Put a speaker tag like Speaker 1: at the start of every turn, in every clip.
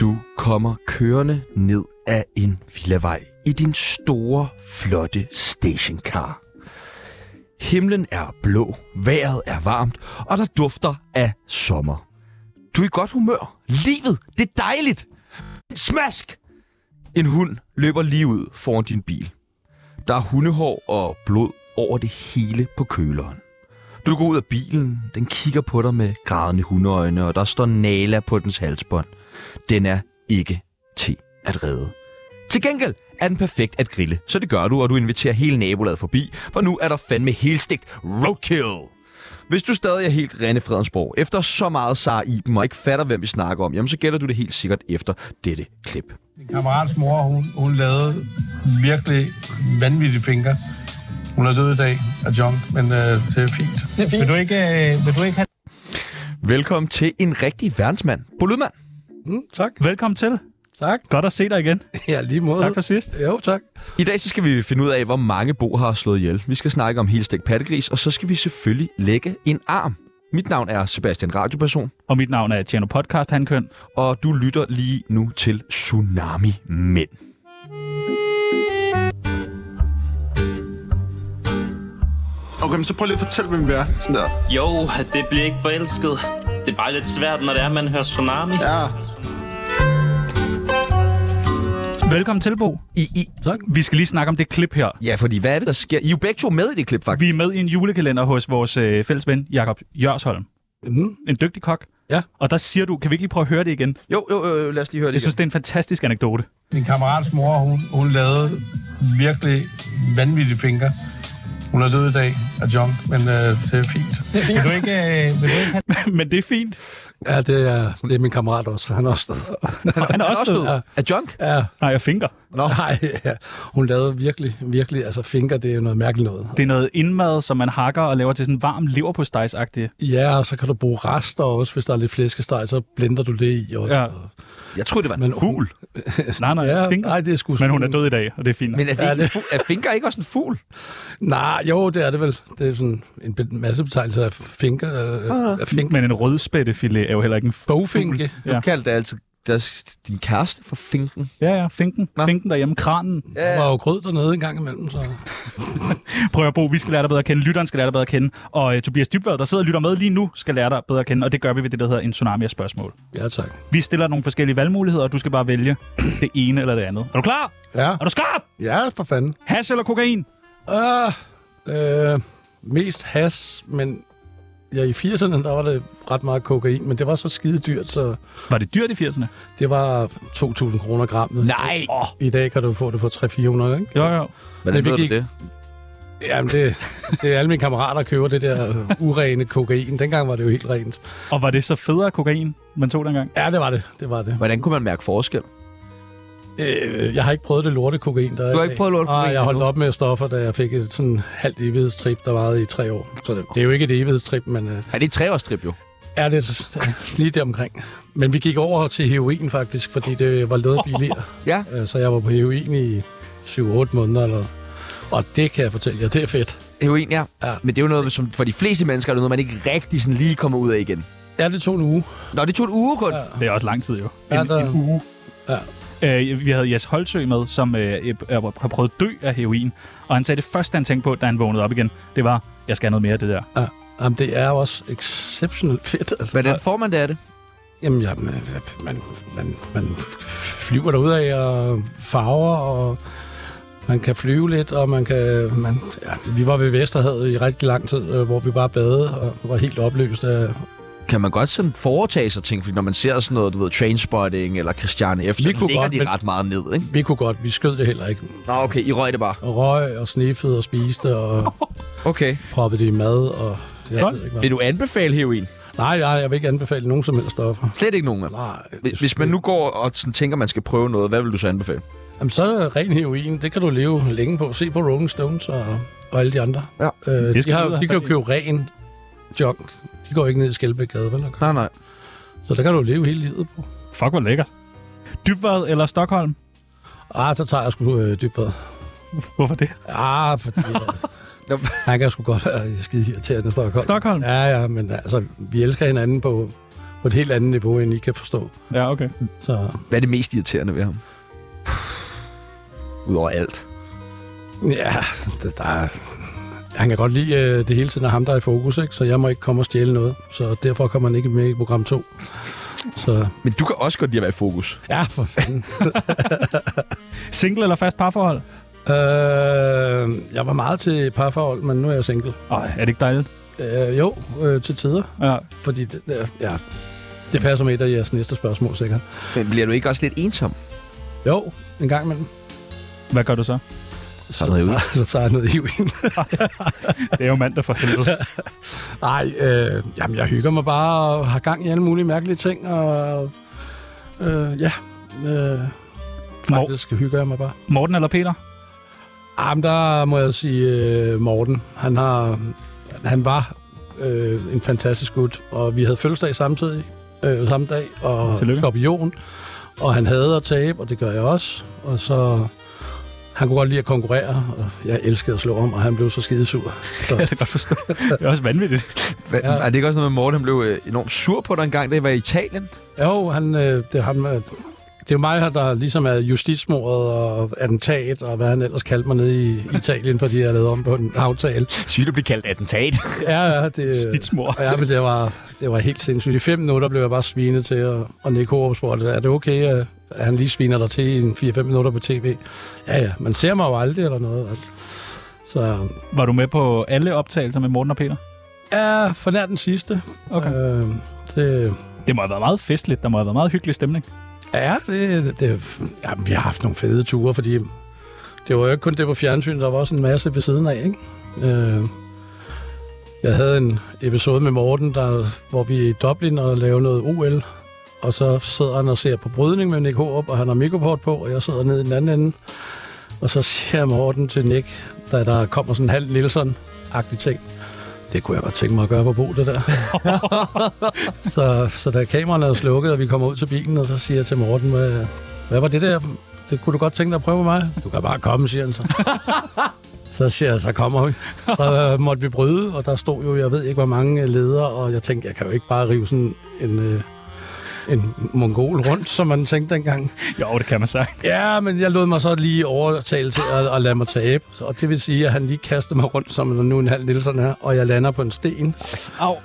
Speaker 1: Du kommer kørende ned af en villavej i din store, flotte stationcar. Himlen er blå, vejret er varmt, og der dufter af sommer. Du er i godt humør. Livet, det er dejligt. Smask! En hund løber lige ud foran din bil. Der er hundehår og blod over det hele på køleren. Du går ud af bilen, den kigger på dig med grædende hundeøjne, og der står Nala på dens halsbånd. Den er ikke til at redde. Til gengæld er den perfekt at grille, så det gør du, og du inviterer hele nabolaget forbi, for nu er der fandme helstegt roadkill. Hvis du stadig er helt rene Fredensborg, efter så meget Sara Iben og ikke fatter, hvem vi snakker om, jamen så gætter du det helt sikkert efter dette klip.
Speaker 2: Min kammerats mor, hun, hun lavede virkelig vanvittige fingre. Hun er død i dag af junk, men øh, det er fint.
Speaker 3: Det er fint. Vil du ikke, øh, vil du ikke have...
Speaker 1: Velkommen til en rigtig verdensmand. Bo Lydman.
Speaker 4: Mm, tak.
Speaker 3: Velkommen til.
Speaker 4: Tak.
Speaker 3: Godt at se dig igen.
Speaker 4: Ja, lige måde.
Speaker 3: Tak for sidst.
Speaker 4: Jo, tak.
Speaker 1: I dag så skal vi finde ud af, hvor mange Bo har slået ihjel. Vi skal snakke om helstegt pattegris, og så skal vi selvfølgelig lægge en arm. Mit navn er Sebastian Radioperson,
Speaker 3: Og mit navn er Tjerno Podcast Hankøn.
Speaker 1: og du lytter lige nu til Tsunami Mænd.
Speaker 5: Okay, men så prøv lige at fortælle, hvem vi er. Sådan der.
Speaker 6: Jo, det bliver ikke forelsket. Det er bare lidt svært, når det er, man hører tsunami.
Speaker 5: Ja,
Speaker 3: Velkommen til, Bo.
Speaker 1: I, I,
Speaker 3: Vi skal lige snakke om det klip her.
Speaker 1: ja, fordi hvad er det, der sker? I er jo begge to med i det klip, faktisk.
Speaker 3: Vi er med i en julekalender hos vores øh, fælles ven, Jakob Jørsholm.
Speaker 4: Mm.
Speaker 3: En dygtig kok.
Speaker 4: Ja.
Speaker 3: Og der siger du, kan vi ikke lige prøve at høre det igen?
Speaker 1: Jo, jo, jo, lad os lige høre det
Speaker 3: Jeg
Speaker 1: igen.
Speaker 3: synes, det er en fantastisk anekdote.
Speaker 2: Min kammerats mor, hun, hun lavede virkelig vanvittige fingre. Hun er død i dag af junk, men øh, det er fint.
Speaker 3: Vil du ikke, øh, vil du ikke have... Men det er fint.
Speaker 4: Ja, det er, det er min kammerat også. Han er også død.
Speaker 3: Og han er også død.
Speaker 1: Er junk?
Speaker 4: Ja,
Speaker 3: Nej, jeg finker.
Speaker 4: Nå. nej, ja. hun lavede virkelig, virkelig, altså finger, det er noget mærkeligt noget.
Speaker 3: Det er noget indmad, som man hakker og laver til sådan en varm leverpostejsagtig.
Speaker 4: Ja, og så kan du bruge rester også, hvis der er lidt flæskesteg, så blender du det i også.
Speaker 3: Ja.
Speaker 1: Jeg troede, det var en
Speaker 4: Men-
Speaker 1: fugl.
Speaker 3: Nej, nej,
Speaker 4: Ja,
Speaker 3: finker.
Speaker 4: nej, det er sgu
Speaker 3: Men hun er
Speaker 4: sådan-
Speaker 3: død i dag, og det er fint.
Speaker 1: Men er, det
Speaker 4: Ja,
Speaker 1: ikke en fugl? er finger ikke også en fugl?
Speaker 4: Nej, jo, det er det vel. Det er sådan en be- masse betegnelser af finger. Øh, af finger.
Speaker 3: Men en rødspættefilet er jo heller ikke en f-
Speaker 4: Bogfinke.
Speaker 1: Du
Speaker 3: Ja.
Speaker 1: kaldte altid deres, din kæreste for finken.
Speaker 3: Ja, ja, finken.
Speaker 1: Nå.
Speaker 3: Finken derhjemme, kranen.
Speaker 4: Der var jo grød dernede en gang imellem, så...
Speaker 3: Prøv at bo, vi skal lære dig bedre at kende, lytteren skal lære dig bedre at kende, og øh, Tobias Dybvad, der sidder og lytter med lige nu, skal lære dig bedre at kende, og det gør vi ved det, der hedder en tsunami af spørgsmål.
Speaker 4: Ja, tak.
Speaker 3: Vi stiller nogle forskellige valgmuligheder, og du skal bare vælge det ene eller det andet. Er du klar?
Speaker 4: Ja,
Speaker 3: Er du skarp?
Speaker 4: ja for fanden.
Speaker 3: Hash eller kokain?
Speaker 4: Ah, øh, mest has, men ja, i 80'erne, der var det ret meget kokain, men det var så skide dyrt, så
Speaker 3: Var det dyrt i 80'erne?
Speaker 4: det var 2.000 kroner grammet.
Speaker 1: Nej! Oh,
Speaker 4: I dag kan du få det for 300-400, ikke?
Speaker 3: Jo, jo.
Speaker 1: Hvordan
Speaker 4: vi
Speaker 1: ved du
Speaker 4: gik-
Speaker 1: det?
Speaker 4: Jamen, det, det er alle mine kammerater, der køber det der øh, urene kokain. Dengang var det jo helt rent.
Speaker 3: Og var det så federe kokain, man tog dengang?
Speaker 4: Ja, det var det. Det var det.
Speaker 1: Hvordan kunne man mærke forskel?
Speaker 4: Øh, jeg har ikke prøvet det lorte kokain, der er
Speaker 1: Du har
Speaker 4: i
Speaker 1: ikke
Speaker 4: dag.
Speaker 1: prøvet lorte kokain
Speaker 4: Nej, jeg holdt
Speaker 1: endnu?
Speaker 4: op med stoffer, da jeg fik et sådan halvt evighedstrip, der varede i tre år. Så det, det er jo ikke et evighedstrip, men øh,
Speaker 1: Ja, det er et treårstrip jo.
Speaker 4: er det så- lige der omkring. Men vi gik over til heroin faktisk, fordi det var noget billigere.
Speaker 1: Ja.
Speaker 4: Øh, Så jeg var på heroin i 7-8 måneder, eller, og det kan jeg fortælle jer, det er fedt.
Speaker 1: Heroin, ja. ja.
Speaker 4: Ja.
Speaker 1: Men det er jo noget, som for de fleste mennesker er det noget, man ikke rigtig sådan lige kommer ud af igen.
Speaker 4: Ja, det tog en uge.
Speaker 1: Nå, det tog en uge kun. Ja.
Speaker 3: Det er også lang tid jo.
Speaker 4: Ja, der-
Speaker 3: uge.
Speaker 4: Ja.
Speaker 3: Øh, vi havde Jes Holtsø med, som øh, øh, har prøvet at dø af heroin. Og han sagde, det første, han tænkte på, da han vågnede op igen, det var, jeg skal have noget mere af det der.
Speaker 4: Ja. Jamen, det er også exceptionelt fedt. Altså.
Speaker 1: Hvordan får man det af det?
Speaker 4: Jamen, ja, man, man, man, man flyver derud af og farver, og man kan flyve lidt, og man kan... Man, ja, vi var ved Vesterhavet i rigtig lang tid, øh, hvor vi bare badede og var helt opløst af...
Speaker 1: Kan man godt sådan foretage sig ting? Fordi når man ser sådan noget, du ved, Trainspotting eller Christiane F., så
Speaker 4: Vi kunne
Speaker 1: ligger
Speaker 4: godt,
Speaker 1: de
Speaker 4: men-
Speaker 1: ret meget ned, ikke?
Speaker 4: Vi kunne godt, vi skød det heller ikke.
Speaker 1: Nå, okay, I røg det bare.
Speaker 4: Og røg og sniffede og spiste og
Speaker 1: Okay.
Speaker 4: proppede det i mad og... Jeg
Speaker 3: Godt.
Speaker 4: ved ikke, hvad.
Speaker 1: Vil du anbefale heroin?
Speaker 4: Nej, nej, jeg vil ikke anbefale nogen som helst stoffer.
Speaker 1: Slet ikke nogen af dem.
Speaker 4: Nej.
Speaker 1: Hvis- Hvis man nu går og sådan tænker, man skal prøve noget, hvad vil du så anbefale?
Speaker 4: Jamen, så er ren heroin, det kan du leve længe på. Se på Rolling Stones og, og alle de andre.
Speaker 1: Ja.
Speaker 4: Øh,
Speaker 3: Det
Speaker 4: de,
Speaker 3: skal
Speaker 4: har,
Speaker 3: du have
Speaker 4: de kan jo
Speaker 3: fat i.
Speaker 4: købe ren junk. De går ikke ned i Skelbækgade, vel?
Speaker 1: Nej, nej.
Speaker 4: Så der kan du leve hele livet på.
Speaker 3: Fuck, hvor lækkert. Dybvad eller Stockholm?
Speaker 4: Ah, så tager jeg sgu øh, dybbad.
Speaker 3: Hvorfor det?
Speaker 4: Ah, fordi...
Speaker 7: Nå.
Speaker 4: Øh, han kan sgu godt være skide irriterende, Stockholm.
Speaker 3: Stockholm?
Speaker 4: Ja, ja, men altså, vi elsker hinanden på, på et helt andet niveau, end I kan forstå.
Speaker 3: Ja, okay.
Speaker 4: Så
Speaker 7: Hvad er det mest irriterende ved ham? Udover alt.
Speaker 4: ja, det, der er... Han kan godt lide øh, det hele tiden er ham, der er i fokus, ikke? så jeg må ikke komme og stjæle noget. Så derfor kommer han ikke med i program 2. Så
Speaker 7: Men du kan også godt lide at være i fokus.
Speaker 4: ja, for fanden.
Speaker 3: Single eller fast parforhold?
Speaker 4: øh, jeg var meget til parforhold, men nu er jeg single.
Speaker 3: Øj, er det ikke dejligt?
Speaker 4: Øh, jo, øh, til tider.
Speaker 3: Ja.
Speaker 4: Fordi det, det, ja, det passer med et af jeres næste spørgsmål, sikkert.
Speaker 7: Men bliver du ikke også lidt ensom?
Speaker 4: Jo, en gang imellem.
Speaker 3: Hvad gør du så?
Speaker 7: Så noget ud.
Speaker 4: Så tager jeg noget hiv ind.
Speaker 3: Det er jo mandag for helvede.
Speaker 4: Nej, øh, jamen, jeg hygger mig bare og har gang i alle mulige mærkelige ting. Og, øh, ja, øh, faktisk hygger jeg mig bare.
Speaker 3: Morten eller Peter?
Speaker 4: Ah, men der må jeg sige øh, Morten. Han, har, han var øh, en fantastisk gut, og vi havde fødselsdag samtidig, øh, samme dag, og
Speaker 3: Tillykke.
Speaker 4: skorpion, og han havde at tabe, og det gør jeg også, og så... Han kunne godt lide at konkurrere, og jeg elskede at slå ham, og han blev så skidesur.
Speaker 3: Ja,
Speaker 4: Så,
Speaker 3: det kan jeg godt forstå. Det er også vanvittigt.
Speaker 7: Hva, ja.
Speaker 4: Ja.
Speaker 7: Er det ikke også noget med, at Morten han blev øh, enormt sur på dig en gang, da I var i Italien?
Speaker 4: jo, han, øh, det, er ham, øh, det er jo mig her, der ligesom er justitsmordet og attentat, og hvad han ellers kaldte mig nede i Italien, fordi jeg lavede om på en aftale.
Speaker 7: Sygt at blive kaldt attentat.
Speaker 4: Ja, ja, det,
Speaker 3: Justitsmord.
Speaker 4: Ja, men det var, det var helt sindssygt. I fem minutter blev jeg bare svinet til, og, og Nick Horup spurgte, er det okay, øh, at han lige sviner dig til i en 4-5 minutter på tv? Ja, ja, man ser mig jo aldrig eller noget. altså. Så
Speaker 3: Var du med på alle optagelser med Morten og Peter?
Speaker 4: ja, for nær den sidste.
Speaker 3: Okay.
Speaker 4: Øh, det,
Speaker 3: Det må have været meget festligt. Der må have været meget hyggelig stemning.
Speaker 4: ja, det, det, ja, vi har haft nogle fede ture, fordi det var jo ikke kun det på fjernsyn, der var også en masse ved siden af, ikke? Øh, jeg havde en episode med Morten, der, hvor vi er i Dublin og laver noget OL, og så sidder han og ser på brydning med Nick Hårup, og han har mikroport på, og jeg sidder nede i den anden ende, og så siger Morten til Nick, da der kommer sådan en halv Nielsen-agtig ting, det kunne jeg godt tænke mig at gøre på bo, det der. så, så da kameraerne er slukket, og vi kommer ud til bilen, og så siger jeg til Morten, hvad, hvad var det der? Det kunne du godt tænke dig at prøve med mig? Du kan bare komme, siger han så. Så siger jeg, så kommer vi. Så øh, måtte vi bryde, og der stod jo, jeg ved ikke, hvor mange øh, ledere, og jeg tænkte, jeg kan jo ikke bare rive sådan en, øh, en mongol rundt, som man tænkte dengang.
Speaker 3: Jo, det kan man sagt.
Speaker 4: Ja, men jeg lod mig så lige overtale til at, at lade mig tabe, og det vil sige, at han lige kastede mig rundt, som der nu en halv Nielsen er, og jeg lander på en sten,
Speaker 3: Au.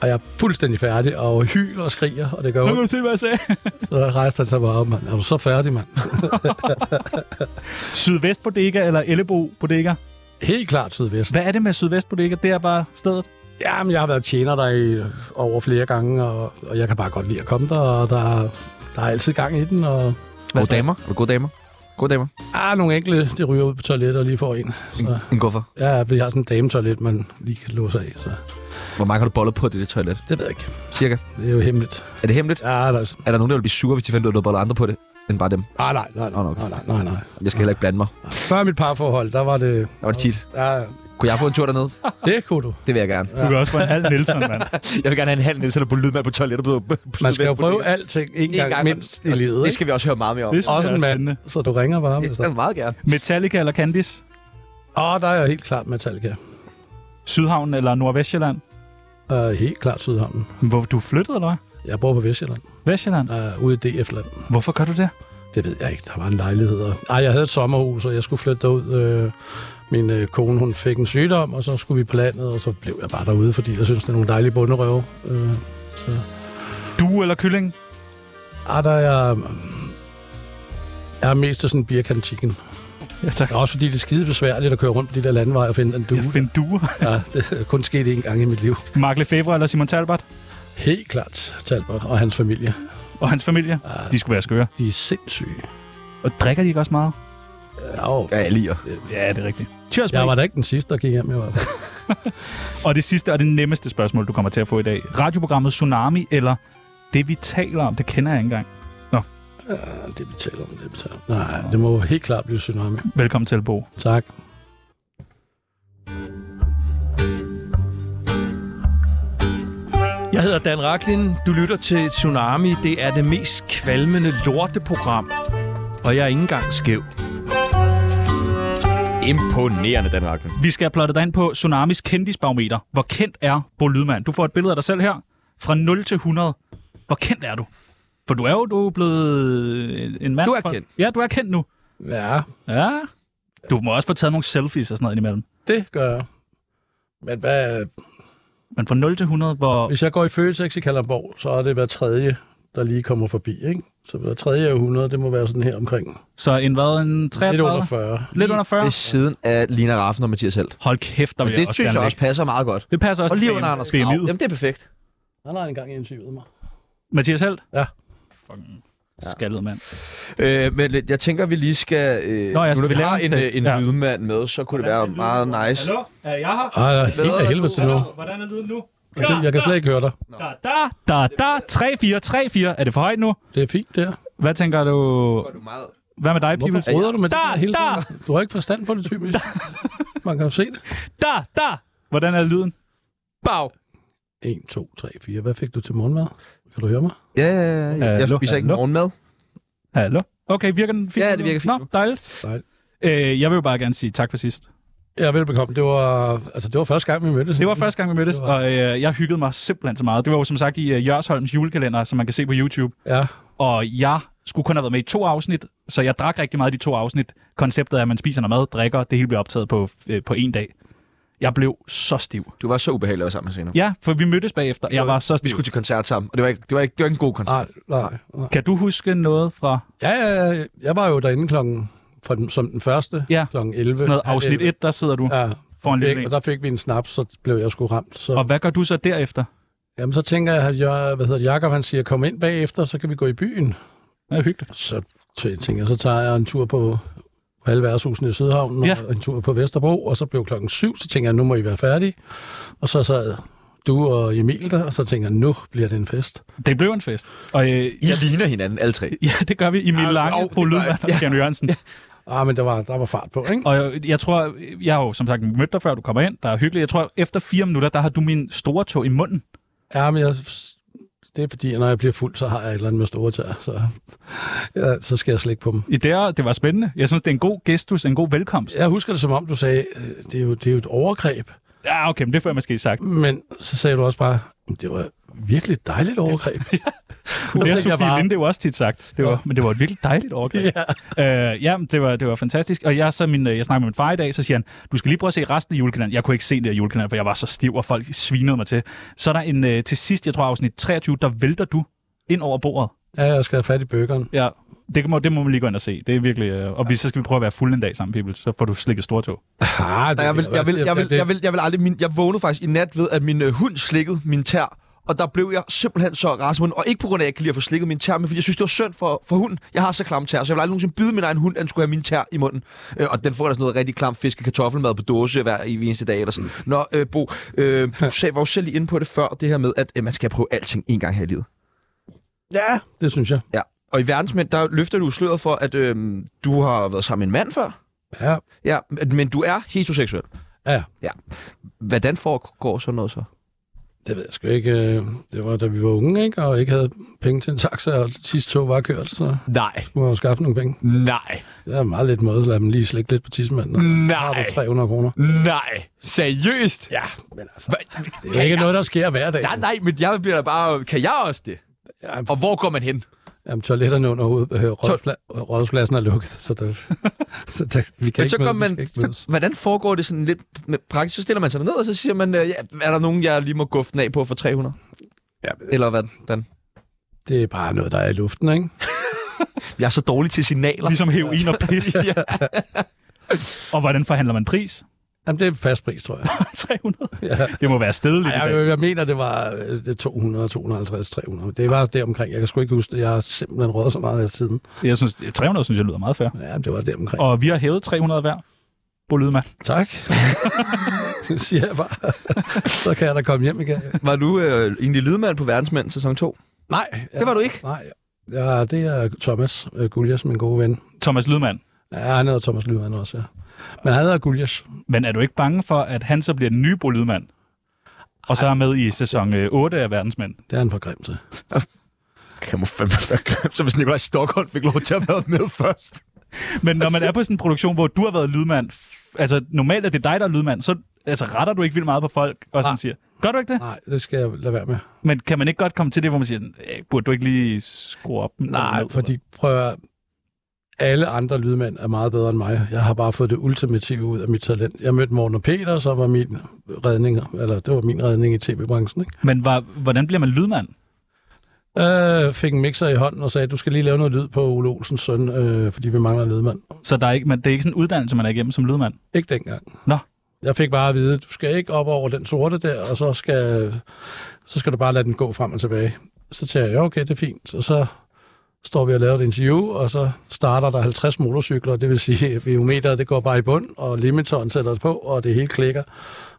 Speaker 4: og jeg er fuldstændig færdig, og hyler og skriger, og det gør
Speaker 3: Nu kan
Speaker 4: ondt.
Speaker 3: du se, hvad jeg sagde.
Speaker 4: Så rejste han sig bare op, mand. Er du så færdig, mand?
Speaker 3: Sydvest Bodega eller Ellebo Bodega?
Speaker 4: Helt klart sydvest.
Speaker 3: Hvad er det med Sydvest Bodega? Det er bare stedet.
Speaker 4: Jamen, jeg har været tjener der i, over flere gange, og, og jeg kan bare godt lide at komme der, og der, der er altid gang i den, og
Speaker 7: Gode damer. Er du gode damer? Gode damer.
Speaker 4: ah, nogle enkelte, de ryger ud på toilettet og lige får en. Så,
Speaker 7: En guffer.
Speaker 4: ja, vi har sådan en dametoilet, man lige kan låse af, så
Speaker 7: Hvor mange har du bollet på det, det toilet?
Speaker 4: det ved jeg ikke.
Speaker 7: Cirka.
Speaker 4: Det er jo hemmeligt.
Speaker 7: Er det hemmeligt?
Speaker 4: Ja, der er,
Speaker 7: Er der nogen, der vil blive sure, hvis de finder ud af, at du har bollet andre på det? End bare dem.
Speaker 4: ah, nej, nej, nej, nej, nej, nej, nej.
Speaker 7: Jeg skal heller ikke blande mig.
Speaker 4: Før mit parforhold, der var det...
Speaker 7: Der var det tit.
Speaker 4: Ja,
Speaker 7: Kunne jeg få en tur dernede?
Speaker 4: det kunne du.
Speaker 7: Det vil jeg gerne.
Speaker 3: Du kan også få en halv Nielsen, mand.
Speaker 7: Jeg vil gerne have en halv nælser, der på lydmand på toilettet. På, på
Speaker 4: Man skal jo
Speaker 7: Sydvestbodega.
Speaker 4: prøve alting en
Speaker 7: En
Speaker 4: gang,
Speaker 7: gang,
Speaker 4: mindst i
Speaker 7: og
Speaker 4: livet,
Speaker 7: Det
Speaker 4: ikke?
Speaker 7: skal vi også høre meget mere om.
Speaker 3: Det synes
Speaker 4: Også
Speaker 3: jeg er
Speaker 4: en
Speaker 3: spændende.
Speaker 4: mand, så du ringer bare, hvis der...
Speaker 7: Det meget gerne.
Speaker 3: Metallica eller Candice?
Speaker 4: Åh, der er jeg helt klart Metallica.
Speaker 3: Sydhavn eller Nordvestjylland?
Speaker 4: Uh, helt klart Sydhavnen.
Speaker 3: Hvor du er flyttet, eller hvad?
Speaker 4: Jeg bor på Vestjylland,
Speaker 3: Vestjylland?
Speaker 4: uh, ude i DF-land.
Speaker 3: Hvorfor gør du det?
Speaker 4: Det ved jeg ikke. Der var en lejlighed. og- Ej, jeg havde et sommerhus, og jeg skulle flytte derud. Øh, Min øh, kone hun fik en sygdom, og så skulle vi på landet, og så blev jeg bare derude, fordi jeg synes, det er nogle dejlige bunderøve. Øh, så.
Speaker 3: Du eller kylling?
Speaker 4: Ej, ah, der er jeg... Jeg er mest til sådan en birkantikken.
Speaker 3: Ja, tak.
Speaker 4: Også fordi det er skide besværligt at køre rundt på de der landeveje og finde en
Speaker 3: Jeg
Speaker 4: due.
Speaker 3: finder duer.
Speaker 4: Ja, det er kun sket én gang i mit liv.
Speaker 3: Mark Lefebvre eller Simon Talbot?
Speaker 4: Helt klart, Talbot og hans familie.
Speaker 3: Og hans familie? De skulle være skøre.
Speaker 4: De er sindssyge.
Speaker 3: Og drikker de ikke også meget?
Speaker 4: Ja, og
Speaker 7: Ja, jeg liger.
Speaker 3: Ja, det er rigtigt. Cheers,
Speaker 4: jeg
Speaker 3: mate.
Speaker 4: var da ikke den sidste, der gik hjem i hvert fald.
Speaker 3: Og det sidste og det nemmeste spørgsmål, du kommer til at få i dag. Radioprogrammet Tsunami eller det, vi taler om, det kender jeg ikke engang.
Speaker 4: Ja, det vi taler om, det vi taler om. Nej, det må helt klart blive tsunami.
Speaker 3: Velkommen til, Bo.
Speaker 4: Tak.
Speaker 1: Jeg hedder Dan Raklin. Du lytter til Tsunami. Det er det mest kvalmende lorteprogram,
Speaker 7: og jeg er ikke engang skæv.
Speaker 1: Imponerende, Dan Ragnar.
Speaker 3: Vi skal have plottet dig ind på Tsunamis kendisbarometer. Hvor kendt er Bo Lydman? Du får et billede af dig selv her. Fra 0 til 100. Hvor kendt er du? For du er jo du er blevet en- en mand.
Speaker 7: Du er
Speaker 3: fra-
Speaker 7: kendt.
Speaker 3: Ja, du er kendt nu.
Speaker 4: Ja,
Speaker 3: Ja. Du må også få taget nogle selfies og sådan noget imellem.
Speaker 4: det gør jeg. Men hvad,
Speaker 3: Men fra 0 til 100, hvor...
Speaker 4: hvis jeg går i Føtex i Kalamborg, så er det hver tredje, der lige kommer forbi, ikke? Så hver tredje af 100, det må være sådan her omkring.
Speaker 3: Så en hvad? En 33?
Speaker 4: Lidt under 40.
Speaker 3: Lidt under 40?
Speaker 1: Ved siden af Lina Raffen og Mathias Helt.
Speaker 3: Hold kæft, der vil
Speaker 1: Det,
Speaker 3: jeg
Speaker 1: det
Speaker 3: også
Speaker 1: synes
Speaker 3: gerne
Speaker 1: jeg også
Speaker 3: ligge.
Speaker 1: passer meget godt.
Speaker 3: Det passer også
Speaker 1: Og lige
Speaker 3: til
Speaker 1: under
Speaker 3: BM-
Speaker 1: Anders Grav.
Speaker 3: BMI'et.
Speaker 1: Jamen, det er perfekt.
Speaker 4: Han har engang interviewet mig.
Speaker 3: Mathias Helt?
Speaker 4: Ja.
Speaker 3: Fucking skaldet mand.
Speaker 1: Øh, men lidt- jeg tænker, vi lige skal... Øh,
Speaker 3: Nå,
Speaker 1: Nå,
Speaker 3: ja,
Speaker 1: jeg nu,
Speaker 3: skal
Speaker 1: når
Speaker 3: vi
Speaker 1: vi
Speaker 3: lave
Speaker 1: har
Speaker 3: en
Speaker 1: en,
Speaker 3: test?
Speaker 1: øh, en
Speaker 3: Ja.
Speaker 1: ja. lydmand med, så kunne det være meget nice.
Speaker 3: Hallo? Er jeg her?
Speaker 4: Ej, der er helt af helvede til nu.
Speaker 3: Hvordan er lyden nu?
Speaker 4: Jeg kan, jeg kan slet ikke høre dig.
Speaker 3: Da, da, da, da, 3, 4, 3, 4. Er det for højt nu?
Speaker 4: Det er fint, det her.
Speaker 3: Hvad tænker du?
Speaker 1: Du er meget...
Speaker 3: Hvad med dig,
Speaker 4: Hvorfor
Speaker 3: Pibels?
Speaker 4: bryder du med det
Speaker 3: Der,
Speaker 4: der hele
Speaker 3: der.
Speaker 4: tiden? Du har ikke forstand på det, typisk. Man kan jo se det.
Speaker 3: Da, da. Hvordan er lyden?
Speaker 1: Bag!
Speaker 4: 1, 2, 3, 4. Hvad fik du til morgenmad? Kan du høre mig?
Speaker 1: Ja, ja, ja, ja. Jeg
Speaker 3: Hallo,
Speaker 1: spiser ikke
Speaker 3: hallo.
Speaker 1: morgenmad.
Speaker 3: Hallo? Okay, virker den fint?
Speaker 1: Ja,
Speaker 3: nu?
Speaker 1: det virker fint
Speaker 3: Nå,
Speaker 1: nu.
Speaker 3: dejligt.
Speaker 4: Dejligt.
Speaker 3: Øh, jeg vil jo bare gerne sige tak for sidst.
Speaker 4: Ja, velbekomme. Det var, altså, det var første gang, vi mødtes.
Speaker 3: Det var første gang, vi mødtes,
Speaker 4: Mm. Det var-
Speaker 3: og øh, jeg hyggede mig simpelthen så meget. Det var jo som sagt i øh, Jørsholms julekalender, som man kan se på YouTube.
Speaker 4: Ja,
Speaker 3: Og jeg skulle kun have været med i to afsnit, så jeg drak rigtig meget i de to afsnit. Konceptet er, at man spiser noget mad, drikker, det hele bliver optaget på, øh, på en dag. Jeg blev så stiv.
Speaker 1: Du var så ubehagelig at være sammen med senere.
Speaker 3: Ja, for vi mødtes bagefter. Jeg var så
Speaker 1: Vi
Speaker 3: stiv.
Speaker 1: skulle til koncert sammen, og det var ikke, det var ikke, det var ikke en god koncert.
Speaker 4: nej, Ah, nej, nej.
Speaker 3: Kan du huske noget fra
Speaker 4: Ja, ja, ja. Jeg var jo derinde klokken, for den, som den første,
Speaker 3: Ja.
Speaker 4: klokken 11.
Speaker 3: sådan noget
Speaker 4: halv
Speaker 3: afsnit
Speaker 4: 11.
Speaker 3: 1, der sidder du?
Speaker 4: Ja,
Speaker 3: Foran
Speaker 4: fik,
Speaker 3: lytteren.
Speaker 4: og der fik vi en snaps, så blev jeg sgu ramt. Så,
Speaker 3: Og hvad gør du så derefter?
Speaker 4: Jamen, så tænker jeg, at jeg, hvad hedder det, Jacob, han siger, kom ind bagefter, så kan vi gå i byen.
Speaker 3: Det er hyggeligt.
Speaker 4: Så t- tænker jeg, så tager jeg en tur på på alle værtshusene i Sydhavnen,
Speaker 3: Ja.
Speaker 4: ja. og en tur på Vesterbro, og så blev klokken syv, så tænker jeg, nu må I være færdige. Og så sad du og Emil der, og så tænker jeg, nu bliver det en fest.
Speaker 3: Det blev en fest. Og øh,
Speaker 1: I ligner hinanden, alle tre.
Speaker 3: ja, det gør vi. Emil Lange,
Speaker 1: jo,
Speaker 3: Bo
Speaker 1: det gør
Speaker 3: Lydman
Speaker 1: jeg.
Speaker 3: og Jan Jørgensen.
Speaker 4: Ah, men der var, der var fart på, ikke?
Speaker 3: Og jeg, jeg tror, jeg har jo som sagt mødt dig før, du kommer ind. Der er hyggeligt. Jeg tror, efter fire minutter, der har du min store tog i munden.
Speaker 4: Ja, men jeg, det er fordi, at når jeg bliver fuld, så har jeg et eller andet med store tær, så, ja, så skal jeg slække på dem.
Speaker 3: I det, og det var spændende. Jeg synes, det er en god gestus, en god velkomst.
Speaker 4: Jeg husker det som om, du sagde, øh, det er jo, det er jo et overgreb,
Speaker 3: Ja, okay, men det får jeg måske sagt.
Speaker 4: men så sagde du også bare, "Men det var virkelig et dejligt overgreb.
Speaker 3: Det har
Speaker 4: tænker jeg
Speaker 3: Sofie
Speaker 4: bare-
Speaker 3: Linde jo også tit sagt. Det var, men det var et virkelig dejligt overgreb. ja. Øh, ja, men det var, det var fantastisk. Og jeg, så min, øh, jeg snakkede med min far i dag, så siger han, du skal lige prøve at se resten af julekalenderen. Jeg kunne ikke se det af julekalenderen, for jeg var så stiv, og folk svinede mig til. Så er der en, øh, til sidst, jeg tror afsnit 23, der vælter du ind over bordet.
Speaker 4: Ja, jeg skal have fat i bøgeren.
Speaker 3: Ja, det må, det må man lige gå ind og se. Det er virkelig... Øh, og vi, så skal vi prøve at være fulde en dag sammen, people. Så får du slikket stortog.
Speaker 4: Ah, det,
Speaker 1: Nej, jeg vil, jeg vil, jeg vil, jeg vil, jeg vil aldrig, min, jeg vågnede faktisk i nat ved, at min øh, hund slikkede min tær. Og der blev jeg simpelthen så rasmunden. Og ikke på grund af, at jeg kan lide at få slikket min tær, men fordi jeg synes, det var synd for, for hunden. Jeg har så klamme tær, så jeg vil aldrig nogensinde bide min egen hund, at den skulle have min tær i munden. Øh, og den får ellers noget rigtig klam fisk og kartoffelmad på dåse hver evig eneste dag. Eller sådan. Nå, øh, Bo, øh, du sagde, var jo selv lige inde på det før, det her med, at øh, man skal prøve alting en gang her i livet.
Speaker 4: Ja, det synes jeg.
Speaker 1: Ja. Og i verdensmænd, der løfter du sløret for, at øh, du har været sammen med en mand før.
Speaker 4: Ja,
Speaker 1: Ja, men- men du er heteroseksuel.
Speaker 4: ja.
Speaker 1: Hvordan foregår sådan noget så?
Speaker 4: Det ved jeg sgu ikke. øh, Det var, da vi var unge, ikke? Og ikke havde penge til en taxa, og sidste tog var kørt, så
Speaker 1: Nej,
Speaker 4: skulle man jo skaffe nogle penge.
Speaker 1: nej.
Speaker 4: Det er meget lidt måde at lade dem lige slække lidt på tissemanden.
Speaker 1: Mm.
Speaker 4: og så har
Speaker 1: Nej,
Speaker 4: du 300 kroner.
Speaker 1: nej, seriøst?
Speaker 4: Ja, men altså, det er ikke noget, der sker hver dag.
Speaker 1: Nej, nej, men jeg bliver da bare... Kan jeg også det?
Speaker 4: Jamen,
Speaker 1: Og hvor går man hen?
Speaker 4: Jamen, toiletterne under hovedet, øh, rådspla- rådspladsen er lukket, så, der, så der, vi kan
Speaker 1: Men
Speaker 4: ikke
Speaker 1: så
Speaker 4: mødes,
Speaker 1: går
Speaker 4: vi
Speaker 1: man...
Speaker 4: skal ikke
Speaker 1: Så,
Speaker 4: mødes.
Speaker 1: hvordan foregår det sådan lidt med praktisk? Så stiller man sig ned, og så siger man, øh, ja, er der nogen, jeg lige må guffe den af på for 300?
Speaker 4: Ja,
Speaker 1: Eller hvad? Den.
Speaker 4: Det er bare noget, der er i luften, ikke?
Speaker 1: Jeg er så dårlig til signaler.
Speaker 3: Ligesom heroin og pis.
Speaker 1: Ja.
Speaker 3: og hvordan forhandler man pris?
Speaker 4: Jamen, det er fast pris, tror jeg.
Speaker 3: 300.
Speaker 4: Ja.
Speaker 3: Det må være stedeligt.
Speaker 4: Ej,
Speaker 3: i dag.
Speaker 4: jeg, jeg mener, det var øh, det er 200, 250, 300. Det var deromkring. Jeg kan sgu ikke huske det. Jeg har simpelthen rådet så meget her siden.
Speaker 3: Jeg synes, 300 synes jeg lyder meget fair.
Speaker 4: Ja, det var deromkring. Og...
Speaker 3: Og vi har hævet 300 hver. Bo Lydman.
Speaker 4: Tak. Det siger jeg bare. så kan jeg da komme hjem igen.
Speaker 1: Var du øh, egentlig lydmand på Verdensmænd sæson 2?
Speaker 4: Nej. Jeg,
Speaker 1: Det var du ikke?
Speaker 4: Nej. Ja, det er Thomas øh, Gullias, min gode ven.
Speaker 3: Thomas Lydman.
Speaker 4: Ja, han hedder Thomas Lyman også, ja. Men han hedder Gullias.
Speaker 3: Men er du ikke bange for, at han så bliver den nye Bo Lydman? Og så er med i sæson øh, 8 af Verdensmænd.
Speaker 4: Det er han for grim til.
Speaker 7: kan må fandme være grimt, så hvis Nikolaj Stockholm fik lov til at være med først.
Speaker 3: Men når man er på sådan en produktion, hvor du har været lydmand, f- altså normalt er det dig, der er lydmand, så altså, retter du ikke vildt meget på folk, og sådan siger, gør du ikke det?
Speaker 4: Nej, det skal jeg lade være med.
Speaker 3: Men kan man ikke godt komme til det, hvor man siger, sådan, "Øh, burde du ikke lige skrue op?
Speaker 4: Nej,
Speaker 3: Ned,
Speaker 4: fordi prøv at høre, alle andre lydmænd er meget bedre end mig. Jeg har bare fået det ultimative ud af mit talent. Jeg mødte Morten og Peter, så var min redning, eller det var min redning i tv-branchen. Ikke?
Speaker 3: eller-" Men var, hvordan bliver man lydmand?
Speaker 4: Øh, fik en mixer i hånden og sagde, du skal lige lave noget lyd på Ole Olsens søn, øh, fordi vi mangler en lydmand.
Speaker 3: Så der er ikke, man, det er ikke sådan en uddannelse, man er igennem som lydmand.
Speaker 4: Ikke dengang.
Speaker 3: Nå.
Speaker 4: Jeg fik bare at vide, du skal ikke op over den sorte der, og så skal, så skal du bare lade den gå frem og tilbage. Så siger jeg, ja, okay, det er fint. Og så står vi og laver et interview, og så starter der 50 motorcykler, det vil sige, at viometeret det går bare i bund, og limiteren sætter os på, og det hele klikker.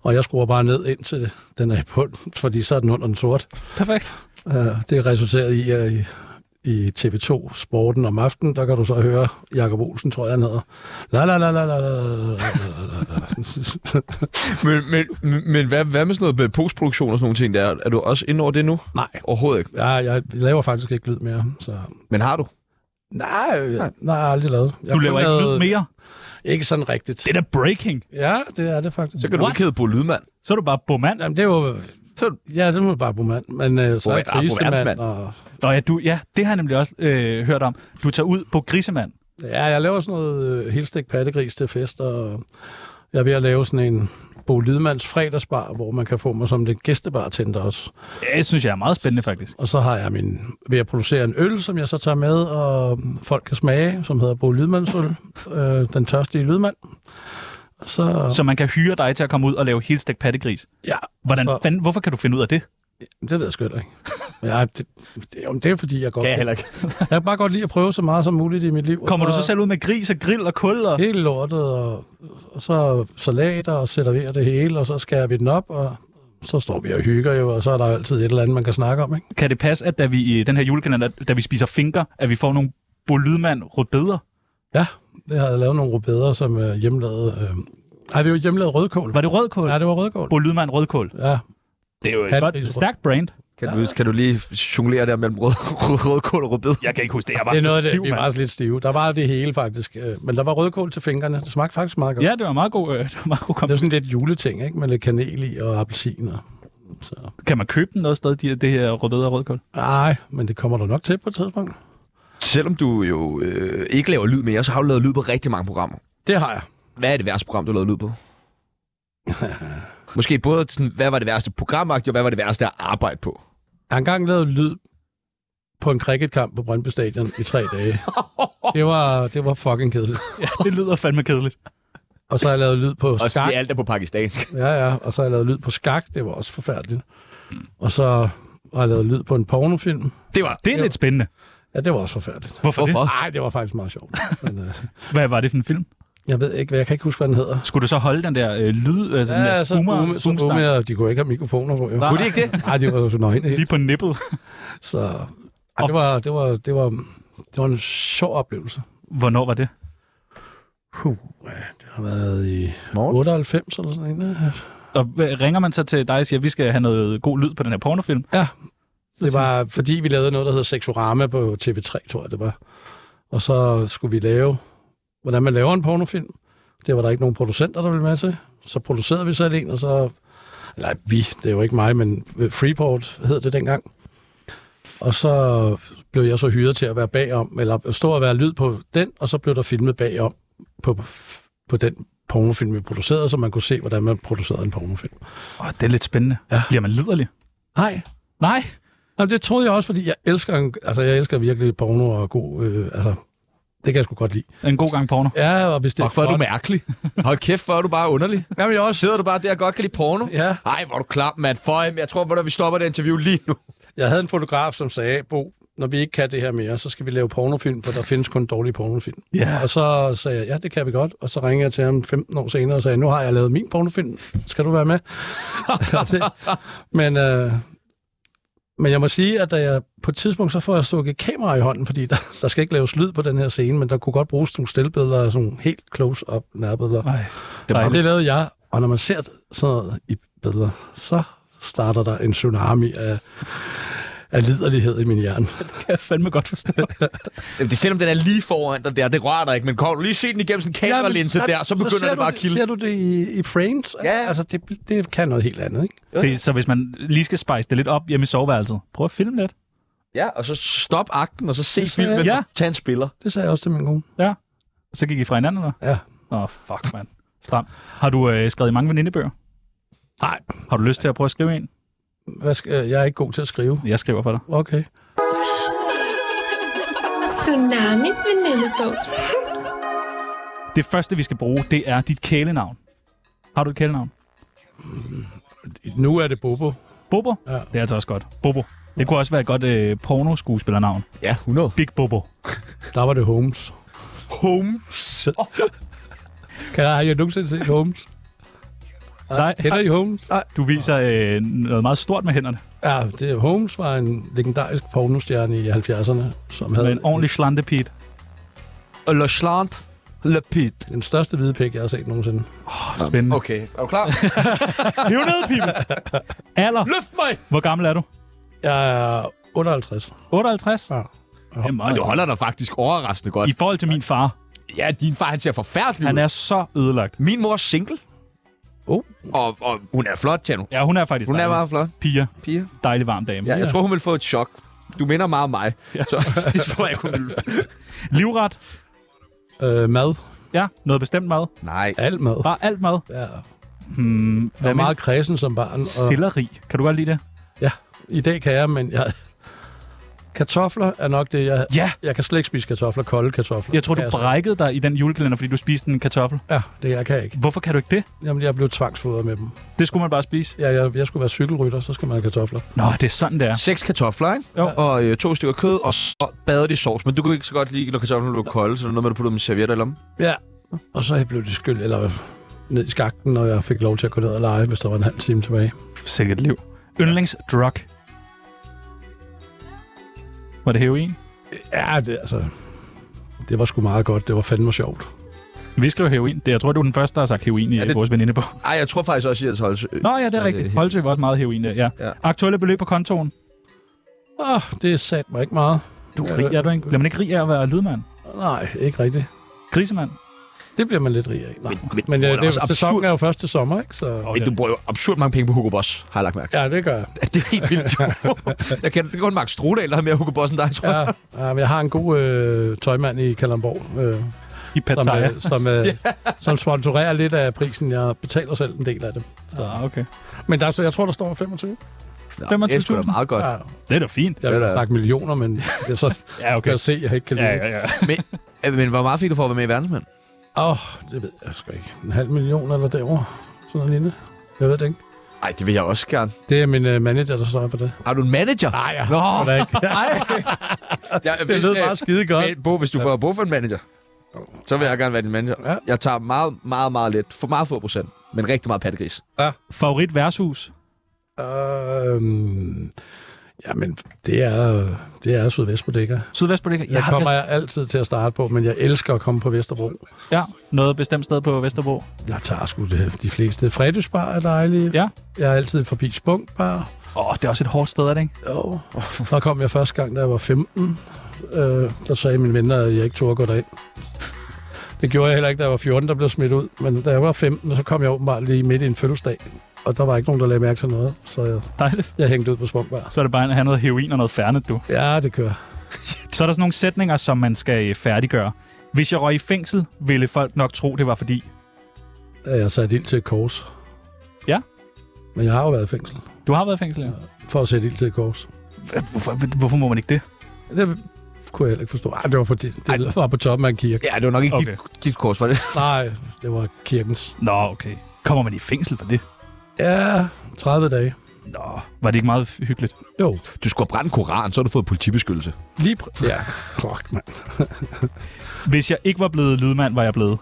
Speaker 4: Og jeg skruer bare ned indtil den er i bund, fordi så er den under den sorte.
Speaker 3: Perfekt.
Speaker 4: Øh, Det resulterede i, at i, i TV2 Sporten om aftenen, der kan du så høre Jakob Olsen, tror jeg, han hedder. La la la la la la la, la, la, la, la.
Speaker 1: Men, men, men- men hvad, hvad med sådan noget med postproduktion og sådan nogle ting der? Er du også inde over det nu?
Speaker 4: Nej.
Speaker 1: Overhovedet ikke.
Speaker 4: Ja, jeg laver faktisk ikke lyd mere, så...
Speaker 1: Men har du?
Speaker 4: Nej, jeg, nej, jeg har aldrig lavet. Jeg
Speaker 3: Du
Speaker 4: har kun
Speaker 3: laver ikke lyd
Speaker 4: lavet-
Speaker 3: mere.
Speaker 4: Ikke sådan rigtigt.
Speaker 3: Det er da breaking.
Speaker 4: Ja, det er det faktisk.
Speaker 1: Så kan du
Speaker 3: What?
Speaker 1: ikke hedde Bo Lydmand.
Speaker 3: Så er du bare bomand.
Speaker 4: Jamen, det er jo...
Speaker 1: Så-
Speaker 4: Ja, det må bare bruge mand. Men øh, så er
Speaker 1: Bo- ah, Bo-
Speaker 4: jeg grisemand,
Speaker 1: verdensmand.
Speaker 4: og...
Speaker 3: Nå ja, du, ja, det har jeg nemlig også øh, hørt om. Du tager ud på grisemand.
Speaker 4: Ja, jeg laver sådan noget øh, helstegt pattegris til fest, og jeg er ved at lave sådan en Bo Lydmands fredagsbar, hvor man kan få mig som den gæstebartender også.
Speaker 3: Ja, Det synes jeg er meget spændende, faktisk.
Speaker 4: Og så har jeg min, ved at producere en øl, som jeg så tager med, og folk kan smage, som hedder Bo Lydmandsøl, øh, den tørstige lydmand. Og Så,
Speaker 3: Så man kan hyre dig til at komme ud og lave helt stegt pattegris.
Speaker 4: ja,
Speaker 3: Hvordan,
Speaker 4: Så-
Speaker 3: fanden, hvorfor kan du finde ud af det?
Speaker 4: det ved jeg sgu heller ikke. Ja, det, det, jo, men det er fordi, jeg godt
Speaker 7: heller ikke.
Speaker 4: jeg kan bare godt lide at prøve så meget som muligt i mit liv.
Speaker 3: Kommer du
Speaker 4: Og-
Speaker 3: så selv ud med gris og grill og kul? Og...
Speaker 4: hele lortet, og, og så salater og serverer det hele, og så skærer vi den op, og så står vi og hygger jo, og så er der altid et eller andet, man kan snakke om, ikke?
Speaker 3: Kan det passe, at da vi i den her julekalender, da vi spiser finger, at vi får nogle bolydmand rødbeder?
Speaker 4: Ja, det har jeg lavet nogle rubeder, som er hjemlavet... Øh... Ej, det var hjemlavet rødkål.
Speaker 3: Var det rødkål?
Speaker 4: Ja, det var rødkål.
Speaker 3: Bolydmand rødkål.
Speaker 4: Ja,
Speaker 3: Det er jo et
Speaker 4: Pattegris
Speaker 3: godt,
Speaker 4: rød-
Speaker 3: stærkt brand.
Speaker 1: Kan du, kan du lige jonglere der mellem rød, rød, rødkål og rødbed?
Speaker 3: Jeg kan ikke huske det. Jeg var
Speaker 4: det er
Speaker 3: så
Speaker 4: noget,
Speaker 3: stiv,
Speaker 4: det, vi var
Speaker 3: mand.
Speaker 4: også lidt stive. Der var det hele, faktisk. øh, Men der var rødkål til fingrene. Det smagte faktisk meget godt.
Speaker 3: Ja, det var meget god, øh, det var meget god
Speaker 4: Det er
Speaker 3: kom.
Speaker 4: sådan lidt juleting, ikke? Med lidt kanel i og appelsiner. Så.
Speaker 3: Kan man købe den noget sted, de, det her rødbeder og rødkål?
Speaker 4: Nej, men det kommer du nok til på et tidspunkt.
Speaker 1: Selvom du jo øh, ikke laver lyd mere, så har du lavet lyd på rigtig mange programmer.
Speaker 4: Det har jeg.
Speaker 1: Hvad er det værste program, du har lavet lyd på? Måske både, sådan, hvad var det værste programagtigt, og hvad var det værste at arbejde på?
Speaker 4: Jeg har engang lavet lyd på en cricketkamp på Brøndby Stadion i tre dage. Det var, det var fucking kedeligt.
Speaker 3: Ja, det lyder fandme kedeligt.
Speaker 4: Og så har jeg lavet lyd på
Speaker 1: Og
Speaker 4: skak.
Speaker 1: det alt er på pakistansk.
Speaker 4: Ja, ja. Og så har jeg lavet lyd på skak. Det var også forfærdeligt. Og så har jeg lavet lyd på en pornofilm.
Speaker 1: Det var...
Speaker 3: Det er lidt spændende.
Speaker 4: Ja, det var også forfærdeligt.
Speaker 3: Hvorfor,
Speaker 1: Hvorfor?
Speaker 3: det?
Speaker 4: Nej, det var faktisk meget sjovt. Men, øh,
Speaker 3: Hvad var det for en film?
Speaker 4: jeg ved ikke, hvad jeg kan ikke huske, hvad den hedder.
Speaker 3: Skulle du så holde den der øh, lyd, altså ja, den der
Speaker 4: så
Speaker 3: spumer,
Speaker 4: ume, så ume,
Speaker 3: boomstang
Speaker 4: og de kunne ikke have mikrofoner på. Jo.
Speaker 3: Kunne de
Speaker 4: ikke det? Nej, det var jo så nøgne. helt.
Speaker 3: lige på nippet?
Speaker 4: Så ej, det, var, det, var, det, var, det var en sjov oplevelse.
Speaker 3: Hvornår var det?
Speaker 4: Puh, ja, det har været i
Speaker 1: Morten?
Speaker 4: 98 eller sådan noget.
Speaker 3: Og hvad- ringer man så til dig og siger, at vi skal have noget god lyd på den her pornofilm?
Speaker 4: Ja,
Speaker 3: Så
Speaker 4: det
Speaker 3: siger-
Speaker 4: var fordi, vi lavede noget, der hedder Sexorama på TV3, tror jeg det var. Og så skulle vi lave, hvordan man laver en pornofilm. Det var der ikke nogen producenter, der ville med til. Så producerede vi selv en, og så... Eller vi, det er jo ikke mig, men øh, Freeport hed det dengang. Og så blev jeg så hyret til at være bagom, eller stå og være lyd på den, og så blev der filmet bagom på, på den pornofilm, vi producerede, så man kunne se, hvordan man producerede en pornofilm.
Speaker 3: Åh, det er lidt spændende. Ja. Bliver man liderlig?
Speaker 4: Nej,
Speaker 3: Nej.
Speaker 4: Jamen, det troede jeg også, fordi jeg elsker, en- altså, jeg elsker virkelig porno og god... Øh, altså, det kan jeg sgu godt lide.
Speaker 3: En god gang porno.
Speaker 4: Ja, og hvis det
Speaker 1: Fuck, hvor er du
Speaker 4: flot-
Speaker 1: mærkelig. Hold kæft, hvor er du bare underlig.
Speaker 4: Jamen, jeg er også...
Speaker 1: Sidder du bare der og godt kan lide porno?
Speaker 4: Ja.
Speaker 1: Ej, hvor er du klam, mand. Føj, men jeg tror, hvor vi stopper det interview lige nu.
Speaker 4: Jeg havde en fotograf, som sagde, Bo, når vi ikke kan det her mere, så skal vi lave pornofilm, for der findes kun dårlige pornofilm.
Speaker 3: Ja.
Speaker 4: Og så sagde jeg, ja, det kan vi godt. Og så ringede jeg til ham 15 år senere og sagde, nu har jeg lavet min pornofilm. Skal du være med? Det- men, øh, men jeg må sige, at da jeg, på et tidspunkt, så får jeg stukket et kamera i hånden, fordi der, der skal ikke laves lyd på den her scene, men der kunne godt bruges nogle stillbilleder og sådan nogle helt close-up nærbilleder.
Speaker 3: Nej.
Speaker 4: Og det lavede jeg. Og når man ser sådan noget i billeder, så starter der en tsunami af, af liderlighed i min hjerne.
Speaker 3: kan jeg fandme godt forstå.
Speaker 1: Jamen, det er selvom den er lige foran dig der, det rører dig ikke, men kom, lige se den igennem sådan en kameralinse
Speaker 4: Ja, men
Speaker 1: der, så begynder
Speaker 4: ser
Speaker 1: det
Speaker 4: du
Speaker 1: bare at kilde.
Speaker 4: Ser du det i, i frames?
Speaker 1: Ja.
Speaker 4: Altså, det, det kan noget helt andet, ikke?
Speaker 3: Det, så hvis man lige skal spice det lidt op hjemme i soveværelset, prøv at filme lidt.
Speaker 1: Ja, og så stop akten, og så se
Speaker 4: ser jeg.
Speaker 1: filmen,
Speaker 3: Ja.
Speaker 1: ja. tag en spiller.
Speaker 4: Det sagde jeg også til min kone.
Speaker 3: Så gik I fra hinanden, eller?
Speaker 4: Ja.
Speaker 3: Åh, oh, fuck, mand. Stram. Har du øh, skrevet i mange venindebøger?
Speaker 4: Nej.
Speaker 3: Har du lyst til at prøve at skrive en?
Speaker 4: Hvad skal, jeg er ikke god til at skrive.
Speaker 3: Jeg skriver for dig.
Speaker 4: Okay.
Speaker 8: Tsunamis venindebog.
Speaker 3: Det første, vi skal bruge, det er dit kælenavn. Har du et kælenavn?
Speaker 4: Nu er det Bobo.
Speaker 3: Bobo?
Speaker 4: Ja.
Speaker 3: Det er altså også godt. Bobo. Det kunne også være et godt øh, pornoskuespillernavn.
Speaker 1: Ja, 100.
Speaker 3: Big Bobo.
Speaker 4: Der var det Holmes.
Speaker 1: Holmes.
Speaker 4: Kan jeg, har jeg nogensinde set Holmes?
Speaker 3: Nej.
Speaker 4: Kender I Holmes?
Speaker 3: Du viser øh, noget meget stort med hænderne.
Speaker 4: Ja, det, Holmes var en legendarisk pornostjerne i 70'erne, som havde
Speaker 3: Med en ordentlig slantepit.
Speaker 1: Og Le Slant. Le Pit.
Speaker 4: den største hvide pik, jeg har set nogensinde.
Speaker 3: Spændende.
Speaker 1: Okay, er du klar?
Speaker 3: Hiv ned, Pibels. Alder.
Speaker 1: Løft mig!
Speaker 3: Hvor gammel er du?
Speaker 4: Jeg er 58.
Speaker 3: 58?
Speaker 4: Ja.
Speaker 3: Det er meget.
Speaker 1: Du holder dig faktisk overraskende godt.
Speaker 3: I forhold til min far.
Speaker 1: Ja, din far, han ser forfærdelig
Speaker 3: Han
Speaker 1: ud.
Speaker 3: er så ødelagt.
Speaker 1: Min mor er single.
Speaker 4: Oh.
Speaker 1: Og, og hun er flot, Tjerno.
Speaker 3: Ja, hun er faktisk
Speaker 1: Hun er
Speaker 3: dejlig.
Speaker 1: meget flot.
Speaker 3: Pia.
Speaker 1: Pia.
Speaker 3: Dejlig varm dame.
Speaker 1: Ja, jeg tror, hun vil få et chok. Du minder meget om mig. Ja. Så det tror jeg, hun vil.
Speaker 3: Livret.
Speaker 4: Øh, mad.
Speaker 3: Ja, noget bestemt mad.
Speaker 1: Nej.
Speaker 4: Alt mad.
Speaker 3: Bare alt mad.
Speaker 4: Ja.
Speaker 3: Hmm,
Speaker 4: Jeg
Speaker 3: hvad
Speaker 4: var
Speaker 3: med
Speaker 4: meget kredsen som barn. Og
Speaker 3: selleri? Kan du godt lide det?
Speaker 4: I dag kan jeg, men jeg... Kartofler er nok det, jeg...
Speaker 3: Ja!
Speaker 4: Jeg kan slet ikke spise kartofler, kolde kartofler.
Speaker 3: Jeg tror,
Speaker 4: Det
Speaker 3: du
Speaker 4: kan
Speaker 3: brækkede dig i den julekalender, fordi du spiste en kartoffel.
Speaker 4: slet- Ja, det jeg kan jeg ikke.
Speaker 3: Hvorfor kan du ikke det?
Speaker 4: Jamen, jeg blev tvangsfodret med dem.
Speaker 3: Det skulle man bare spise.
Speaker 4: Ja, jeg, jeg skulle være cykelrytter, så skal man have kartofler.
Speaker 3: Nå, det er sådan, det er.
Speaker 1: Seks kartofler, ikke?
Speaker 3: Jo.
Speaker 1: Og øh, to stykker kød, og så badet i sovs. Men du kunne ikke så godt lide, når kartoflerne blev kolde, så det er noget med, at du puttede dem i servietter eller
Speaker 4: Ja. Og så blev det skyld, eller ned i skakten, når jeg fik lov til at gå ned og lege, hvis der var en halv time tilbage.
Speaker 3: Sikkert liv. Yndlingsdrug. Var det heroin?
Speaker 4: Ja, det, altså, det var sgu meget godt. Det var fandme sjovt.
Speaker 3: Vi skriver heroin. Det, jeg tror, du er den første, der har sagt heroin i
Speaker 1: Ja,
Speaker 3: det...
Speaker 1: det-
Speaker 3: vores veninde på.
Speaker 1: Ej, jeg tror faktisk også, at øh, Holse.
Speaker 3: Nå ja, det er
Speaker 1: Ja, det er
Speaker 3: rigtigt.
Speaker 1: helt-
Speaker 3: Holdsø var også meget heroin, der, ja. ja.
Speaker 1: Ja.
Speaker 3: Aktuelle beløb på kontoen.
Speaker 4: Åh, det satte mig ikke meget.
Speaker 3: Du er rig, er du ikke? Bliver man ikke rig af at være lydmand?
Speaker 4: Nej, ikke rigtigt.
Speaker 3: Grisemand?
Speaker 4: Det bliver man lidt rig af. Nej.
Speaker 1: men-
Speaker 4: Men
Speaker 1: hvor er
Speaker 4: ja, det,
Speaker 1: det
Speaker 4: det,
Speaker 1: også absurd.
Speaker 4: sæsonen er jo først til sommer, ikke? Så,
Speaker 1: Men du bruger jo absurd mange penge på Hugo Boss, har jeg lagt mærke til.
Speaker 4: ja, det gør jeg.
Speaker 1: Ja. Det er helt vildt. jo. jeg kan det er kun Mark Strudal, der har mere Hugo Boss end dig, tror jeg.
Speaker 4: Ja, ja, men jeg har en god øh, tøjmand i Kalamborg,
Speaker 3: I
Speaker 4: øh, som,
Speaker 3: Pattaya?
Speaker 4: øh, som, øh, som sponsorerer lidt af prisen. Jeg betaler selv en del af det.
Speaker 3: Ah, okay.
Speaker 4: Men der, så jeg tror, der står 25.
Speaker 1: Nå, det er sgu da
Speaker 3: 25.000.
Speaker 1: meget godt.
Speaker 4: Ja,
Speaker 3: Det er da fint.
Speaker 4: jeg
Speaker 1: Det
Speaker 4: har
Speaker 1: er da-
Speaker 4: sagt millioner, men jeg så
Speaker 3: Ja,
Speaker 4: kan
Speaker 3: okay.
Speaker 4: jeg se, at jeg ikke kan lide
Speaker 3: Ja,
Speaker 4: det.
Speaker 3: ja, ja.
Speaker 1: Ja, Men hvor meget fik du for at være med i verdensmænd?
Speaker 4: Åh, oh, det ved jeg sgu ikke. En halv million eller derovre. Sådan noget lignende. Jeg ved det ikke.
Speaker 1: Nej, det vil jeg også gerne.
Speaker 4: Det er min uh, manager, der står for det.
Speaker 1: Har du en manager?
Speaker 3: Ah,
Speaker 4: Nej, jeg
Speaker 1: Nå,
Speaker 4: har det ikke.
Speaker 1: nej. Jeg,
Speaker 4: Det lød bare skide godt.
Speaker 1: Men øh, Bo, hvis du får brug for en manager, så vil jeg gerne være din manager.
Speaker 4: Ja.
Speaker 1: Jeg tager meget, meget, meget lidt. For meget få procent. Men rigtig meget pattegris.
Speaker 3: Favorit værtshus?
Speaker 4: Øhm, jamen, det er, øh, det er Sydvest på Dækker.
Speaker 3: Sydvest på det.
Speaker 4: Jeg kommer jeg altid til at starte på, men jeg elsker at komme på Vesterbro.
Speaker 3: Ja, noget bestemt sted på Vesterbro.
Speaker 4: Jeg tager sgu det, de fleste. Fredagsbar er dejlig.
Speaker 3: Ja.
Speaker 4: Jeg er altid forbi Spunkbar.
Speaker 3: Åh, oh, det er også et hårdt sted, er det ikke?
Speaker 4: Jo. Der kom jeg første gang, da jeg var 15. Øh, der sagde mine venner, at jeg ikke turde gå derind. Det gjorde jeg heller ikke, da jeg var 14, der blev smidt ud. Men da jeg var 15, så kom jeg åbenbart lige midt i en fødselsdag. Og der var ikke nogen, der lagde mærke til noget. Så jeg,
Speaker 3: Dejligt.
Speaker 4: jeg hængte ud på Spunkbar.
Speaker 3: Så er det bare at have noget heroin og noget færnet, du.
Speaker 4: Ja, det kører.
Speaker 3: Så er der sådan nogle sætninger, som man skal øh, færdiggøre. Hvis jeg røg i fængsel, ville folk nok tro, det var fordi...
Speaker 4: Ja, Jeg satte ild til et kors.
Speaker 3: Ja.
Speaker 4: Men jeg har jo været i fængsel
Speaker 3: Du har været i fængsel, ja.
Speaker 4: for at sætte ild til et kors.
Speaker 3: Hva- Hvorfor, hvorfor må man ikke det?
Speaker 4: Det kunne jeg heller ikke forstå. Ej, det var fordi, det var på toppen af en kirke.
Speaker 1: Ja, det var nok ikke
Speaker 3: Okay.
Speaker 1: okay. dit, dit kurs, var det?
Speaker 4: Nej, det var kirkens.
Speaker 3: Nå, okay. Kommer man i fængsel for det?
Speaker 4: Ja, 30 dage.
Speaker 3: Nå, var det ikke meget hyggeligt?
Speaker 4: Jo.
Speaker 1: Du skulle have brændt koran, så har du fået politibeskyttelse.
Speaker 4: Lige pr- ja, fuck, mand.
Speaker 3: Hvis jeg ikke var blevet lydmand, var jeg blevet...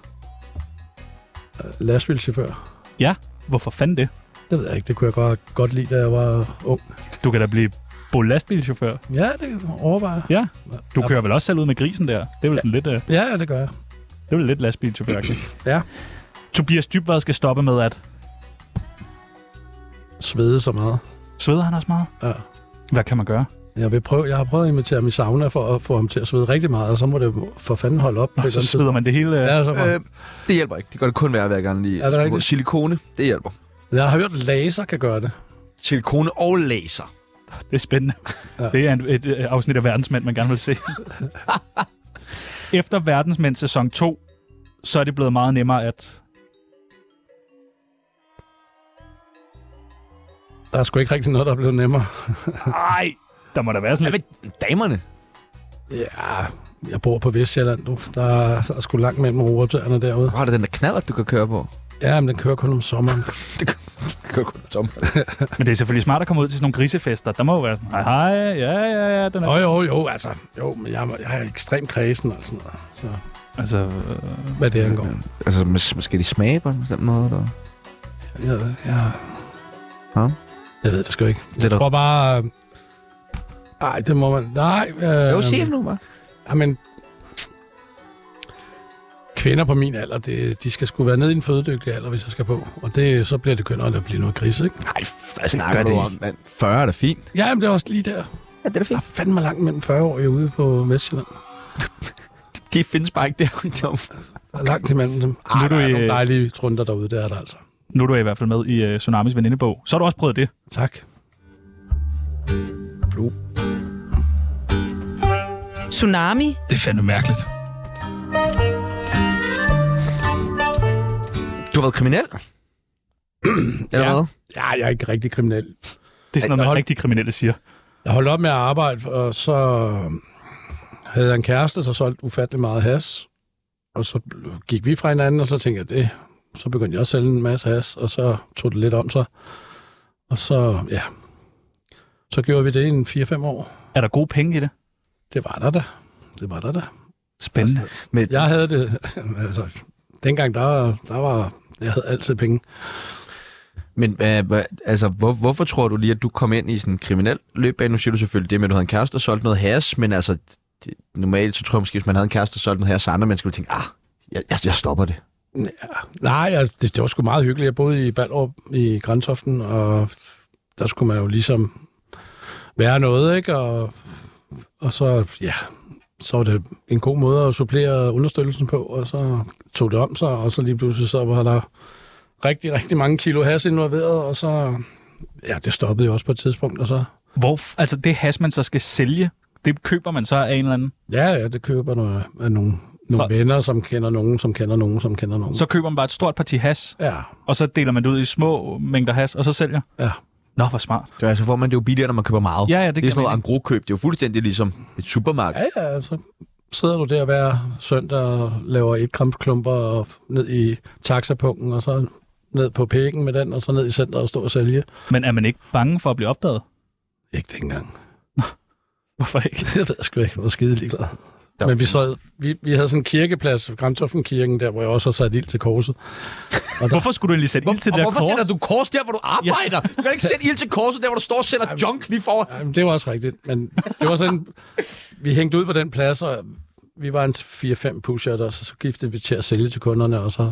Speaker 4: Lastbilchauffør.
Speaker 3: Ja, hvorfor fanden det?
Speaker 4: Det ved jeg ikke. Det kunne jeg godt, godt lide, da jeg var ung.
Speaker 3: Du kan da blive bo lastbilchauffør.
Speaker 4: Ja, det kan jeg overveje.
Speaker 3: Ja. Du kører vel også selv ud med grisen der? Det er vel sådan lidt, øh,
Speaker 4: Ja, ja, det gør jeg.
Speaker 3: det er vel lidt lastbilchauffør
Speaker 4: Ja.
Speaker 3: Tobias Dybvad skal stoppe med at...
Speaker 4: Svede så meget.
Speaker 3: Sveder han også meget?
Speaker 4: Ja.
Speaker 3: Hvad kan man gøre?
Speaker 4: Jeg, vil prøve, jeg har prøvet at invitere min sauna for at få ham til at svede rigtig meget, og så må det jo for fanden holde op. på
Speaker 3: Nå,
Speaker 4: et
Speaker 3: så
Speaker 4: eller andet
Speaker 3: smider man det hele.
Speaker 4: tidspunkt.
Speaker 3: Ja.
Speaker 4: Ja, så må-
Speaker 1: Øh, det hjælper ikke. Det gør det kun værre, hver gang lige.
Speaker 4: Er det rigtigt?
Speaker 1: Silikone, det hjælper.
Speaker 4: Jeg har hørt, at laser kan gøre det.
Speaker 1: Silikone og laser.
Speaker 3: Det er spændende. Ja. Det er en, et, et afsnit af Verdensmænd, man gerne vil se. Efter Verdensmænd sæson 2, så er det blevet meget nemmere at...
Speaker 4: Der er sgu ikke rigtig noget, der er blevet nemmere.
Speaker 3: Ej, der må da være sådan lidt...
Speaker 1: men damerne.
Speaker 4: Ja, jeg bor på Vestjylland, du. Der er, der er sgu langt mellem roeoptagerne derude.
Speaker 1: Hvor har du den der knaller, du kan køre på?
Speaker 4: Ja, men den kører kun om sommeren.
Speaker 1: Kør kun tom.
Speaker 3: Men det er selvfølgelig smart at komme ud til sådan nogle grisefester. Der må jo være sådan, hej, hej, ja, ja, ja, den
Speaker 4: Nå
Speaker 3: er...
Speaker 4: jo, jo, altså. Jo, men jeg, er- jeg er ekstremt kredsen og sådan noget. Så,
Speaker 3: Altså, øh,
Speaker 4: hvad det angår.
Speaker 1: Altså, mås- måske de smage på en bestemt måde? Eller?
Speaker 4: Jeg, jeg,
Speaker 1: Ja.
Speaker 4: jeg ved det sgu ikke.
Speaker 1: Det er
Speaker 4: Jeg tror bare... øh, Nej, det må man... Nej, øh,
Speaker 1: Jo, sig det nu bare.
Speaker 4: Jamen, kvinder på min alder, det, de skal sgu være nede i en fødedygtig alder, hvis jeg skal på. Og det, så bliver det kønnere at blive noget gris, ikke?
Speaker 1: Nej, hvad snakker du om? mand? 40 er da fint.
Speaker 4: Ja, men det er også lige der. Ja, det er fint. Der er
Speaker 1: Ah,
Speaker 4: fandme langt mellem 40 år ude på Vestjylland.
Speaker 1: Det findes bare ikke der. Tom.
Speaker 4: Der er langt imellem dem. Arh,
Speaker 3: Nu
Speaker 4: nu
Speaker 3: er
Speaker 4: er øh,
Speaker 3: du
Speaker 4: Ah, der er
Speaker 3: i-
Speaker 4: nogle dejlige trunder derude, det er der altså.
Speaker 3: nu er du i hvert fald med i øh, Tsunamis venindebog. Så har du også prøvet det.
Speaker 4: Tak.
Speaker 9: Tsunami.
Speaker 2: Det er fandme mærkeligt.
Speaker 1: Du har været kriminel? eller
Speaker 4: Ja.
Speaker 1: hvad?
Speaker 4: Ja, jeg er ikke rigtig kriminel.
Speaker 3: Det er sådan noget, man rigtig kriminelle siger.
Speaker 4: Jeg holdt op med at arbejde, og så øh, havde jeg en kæreste, så solgte ufattelig meget has. Og så gik vi fra hinanden, og så tænkte jeg, det, så begyndte jeg at sælge en masse has, og så tog det lidt om sig. Og så, ja, så gjorde vi det i en 4-5 år.
Speaker 3: Er der gode penge i det?
Speaker 4: Det var der da. Det var der da.
Speaker 3: Spændende.
Speaker 2: Altså-
Speaker 1: Men, ja.
Speaker 4: Jeg havde det, altså, dengang der, der var, jeg havde altid penge.
Speaker 1: men hvad, hvad, altså, hvor, hvorfor tror du lige, at du kom ind i sådan en kriminel løbbane? Nu siger du selvfølgelig det med, at du havde en kæreste og solgte noget has, men altså, det, normalt så tror jeg måske, hvis man havde en kæreste og solgte noget has, så andre mennesker ville tænke, ah, jeg, jeg, jeg stopper det.
Speaker 4: Nej, altså, det, det var sgu meget hyggeligt. Jeg boede i Ballerup i Grantoften, og der skulle man jo ligesom være noget, ikke? Og, og så, ja, så var det en god måde at supplere understøttelsen på, og så tog det om sig, og så lige pludselig så var der rigtig, rigtig mange kilo has involveret, og så, ja, det stoppede jo også på et tidspunkt, og så,
Speaker 3: Hvor, f- altså, det has, man så skal sælge, det køber man så af en eller anden.
Speaker 4: ja, ja, det køber noget af nogle, nogle
Speaker 3: For-
Speaker 4: venner, som kender nogen, som kender nogen, som kender nogen.
Speaker 3: Så køber man bare et stort parti has,
Speaker 4: ja,
Speaker 3: og så deler man det ud i små mængder has, og så sælger.
Speaker 4: ja.
Speaker 3: Nå, hvor smart.
Speaker 1: Det er altså, får man det jo billigere, når man køber meget.
Speaker 3: Ja, ja,
Speaker 1: det,
Speaker 3: det
Speaker 1: det er
Speaker 3: giver
Speaker 1: sådan noget
Speaker 3: mening.
Speaker 1: angro-køb. Det er jo fuldstændig ligesom et supermarked.
Speaker 4: Ja, ja, så sidder du der hver søndag og laver et gram klumper og ned i taxapunkten, og så ned på pækken med den, og så ned i centret og stå og sælge.
Speaker 3: Men er man ikke bange for at blive opdaget?
Speaker 4: Ikke dengang.
Speaker 3: Hvorfor ikke?
Speaker 4: Det ved jeg sgu ikke, hvor skide ligeglad.
Speaker 1: Der-
Speaker 4: Men vi, sad, vi, vi havde sådan en kirkeplads, Gramtoftenkirken, der hvor jeg også har sat ild til korset.
Speaker 3: Hvorfor skulle du egentlig sætte ild til det der kors?
Speaker 1: du kors der, hvor du arbejder? Ja. Du kan ikke sætte ild til korset der, hvor du står og sælger junk lige foran.
Speaker 4: Jamen, det var også rigtigt, men det var sådan, vi hængte ud på den plads, og vi var en 4-5 pusher, og så, så giftede vi til at sælge til kunderne, og så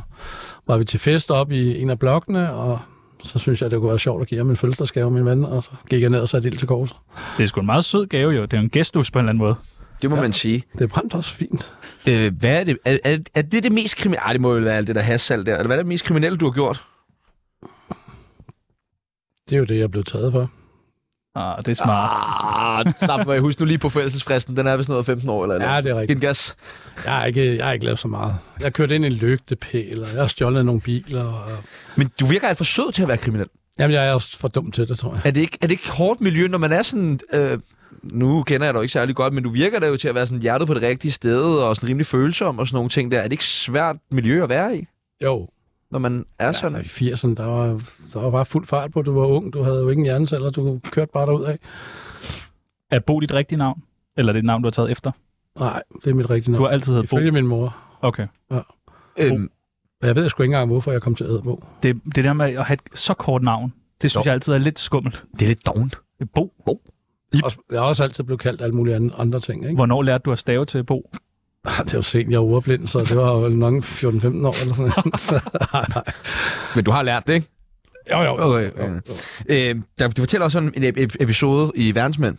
Speaker 4: var vi til fest op i en af blokkene, og så synes jeg, det kunne være sjovt at give ham en fødselsdagsgave, min ven, og så gik jeg ned og satte ild til korset.
Speaker 3: Det er sgu en meget sød gave, jo. Det er jo en gæsthus på en eller anden måde.
Speaker 1: Det må ja. man sige.
Speaker 4: Det brændte også fint.
Speaker 1: Øh, hvad er det? Er, er, er det det mest kriminelle? Ej, det må jo være alt det der hassal der. Eller hvad er det mest kriminelle, du har gjort?
Speaker 4: Det er jo det, jeg blev taget for.
Speaker 3: Ah, det er smart.
Speaker 1: Ah, snap mig. Husk nu lige på forældelsesfristen. Den er vist noget 15 år eller eller.
Speaker 4: Ja, det er
Speaker 1: Giv
Speaker 4: rigtigt.
Speaker 1: den gas.
Speaker 4: Jeg har ikke, jeg har ikke lavet så meget. Jeg kørte ind i en lygtepæl, og jeg har stjålet nogle biler. Og...
Speaker 1: Men du virker alt for sød til at være kriminel.
Speaker 4: Jamen, jeg er også for dum til det, tror jeg.
Speaker 1: Er det ikke, er det ikke hårdt miljø, når man er sådan... Øh, nu kender jeg dig jo ikke særlig godt, men du virker da jo til at være sådan hjertet på det rigtige sted, og sådan rimelig følsom og sådan nogle ting der. Er det ikke svært miljø at være i,
Speaker 4: Jo,
Speaker 1: når man er sådan?
Speaker 4: Altså, i 80'erne, der var, der var bare fuld fart på. Du var ung, du havde jo ingen hjerneceller, du kørte bare derud af.
Speaker 3: Er Bo dit rigtige navn? Eller er det et navn, du har taget efter?
Speaker 4: Nej, det er mit rigtige
Speaker 3: Du har
Speaker 4: navn.
Speaker 3: altid heddet Bo.
Speaker 4: Ifølge min mor.
Speaker 3: Okay.
Speaker 1: Øhm,
Speaker 4: Og Jeg ved sgu ikke engang, hvorfor jeg kom til Edbo.
Speaker 3: Det, det der med at have et så kort navn, det synes
Speaker 1: Jo.
Speaker 3: jeg altid er lidt skummelt.
Speaker 1: det er lidt dovent.
Speaker 3: Bo.
Speaker 4: Jeg er også altid blevet kaldt alle mulige andre- andre ting, ikke?
Speaker 3: Hvornår lærte du at stave til Bo?
Speaker 4: Det var sent, jeg var ordblind, så det var jo nok 14-15 år eller sådan noget.
Speaker 1: Men du har lært det, ikke? øh,
Speaker 4: jo, jo.
Speaker 1: Okay, okay. Øh, der, du fortæller også om en ep- ep- episode i Verdensmænd,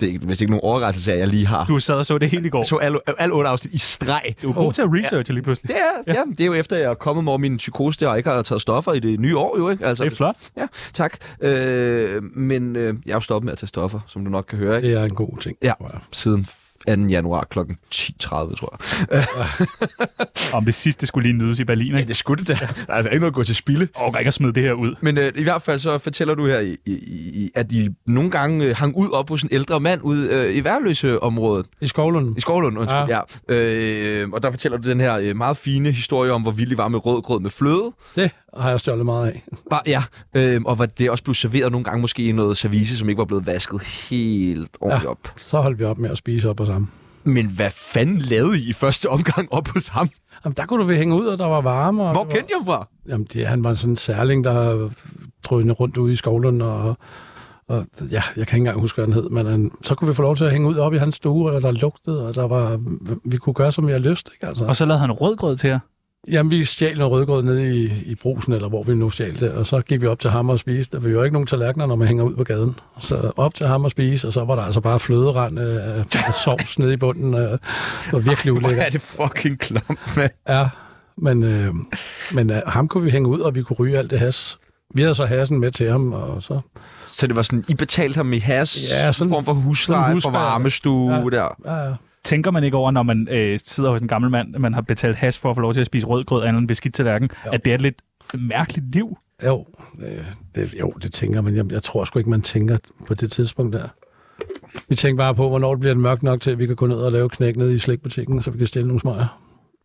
Speaker 1: Det er ikke- vist ikke nogen overraskelse, at jeg lige har.
Speaker 3: Du sad og så det hele i går.
Speaker 1: Jeg så alle, alle otte afsnit i streg.
Speaker 3: Du er god til at researche lige pludselig.
Speaker 1: Det er, ja. jamen, det er jo efter, at jeg er kommet over min psykose, der og ikke har taget stoffer i det nye år, jo ikke? Altså,
Speaker 3: Det er flot.
Speaker 1: Ja, tak. Øh, men øh, jeg har jo stoppet med at tage stoffer, som du nok kan høre, ikke?
Speaker 4: Det er en god ting.
Speaker 1: Ja,
Speaker 4: tror jeg.
Speaker 1: siden 2. januar kl. 10.30, tror jeg.
Speaker 3: Om det sidste skulle lige nydes i Berlin, ikke?
Speaker 1: det skulle det da. Der er altså ikke noget at gå til spilde.
Speaker 3: Jeg orker ikke at smide det her ud.
Speaker 1: Men øh, i hvert fald så fortæller du her, i, i, i, at I nogle gange øh, hang ud op hos en ældre mand ude øh, i værløse området.
Speaker 4: I Skovlund.
Speaker 1: I Skovlund, undskyld. Ja. ja. Øh, og der fortæller du den her øh, meget fine historie om, hvor vild I var med rød grød med fløde.
Speaker 4: Det har jeg stjålet meget af.
Speaker 1: Bare, ja, øh, og hvor det også blev serveret nogle gange måske i noget service, som ikke var blevet vasket helt ordentligt ja. op.
Speaker 4: Så holdt vi op med at spise op og sammen.
Speaker 1: Men hvad fanden lavede I i første omgang op hos ham?
Speaker 4: Jamen, der kunne du vel hænge ud, og der var varme. Og
Speaker 1: Hvor
Speaker 4: det var...
Speaker 1: kendte jeg fra?
Speaker 4: Jamen, det, han var sådan en særling, der drønede rundt ude i skovlen, og, og ja, jeg kan ikke engang huske, hvad han hed, men han, så kunne vi få lov til at hænge ud op i hans stue, og der lugtede, og der var, vi kunne gøre, som vi havde lyst, ikke? Altså,
Speaker 3: Og så lavede han rødgrød til jer.
Speaker 4: jamen, vi stjal noget rødgrød nede i, i brusen, eller hvor vi nu stjal det, og så gik vi op til ham og spiste, og vi var ikke nogen tallerkener, når man hænger ud på gaden. Så op til ham og spise, og så var der altså bare fløderand øh, og sovs nede i bunden, øh, var virkelig
Speaker 1: Hvor
Speaker 4: ulækkert.
Speaker 1: er det fucking klamt, mand.
Speaker 4: Ja, men, øh, men øh, ham kunne vi hænge ud, og vi kunne ryge alt det has. Vi havde så hasen med til ham, og så...
Speaker 1: Så det var sådan, I betalte ham i has,
Speaker 4: Ja, sådan-
Speaker 1: form for husleje,
Speaker 4: sådan
Speaker 1: for
Speaker 4: husleje.
Speaker 1: varmestue ja.
Speaker 4: Ja.
Speaker 1: der.
Speaker 4: Ja, ja.
Speaker 3: Tænker man ikke over, når man øh, sidder hos en gammel mand, at man har betalt hash for at få lov til at spise rødgrød af en beskidt tallerken, at det er et lidt mærkeligt liv?
Speaker 4: Jo, øh, det, jo, det tænker man. Jeg, jeg tror sgu ikke, man tænker på det tidspunkt der. Vi tænker bare på, hvornår det bliver mørkt nok til, at vi kan gå ned og lave knæk nede i slikbutikken, så vi kan stille nogle smøger.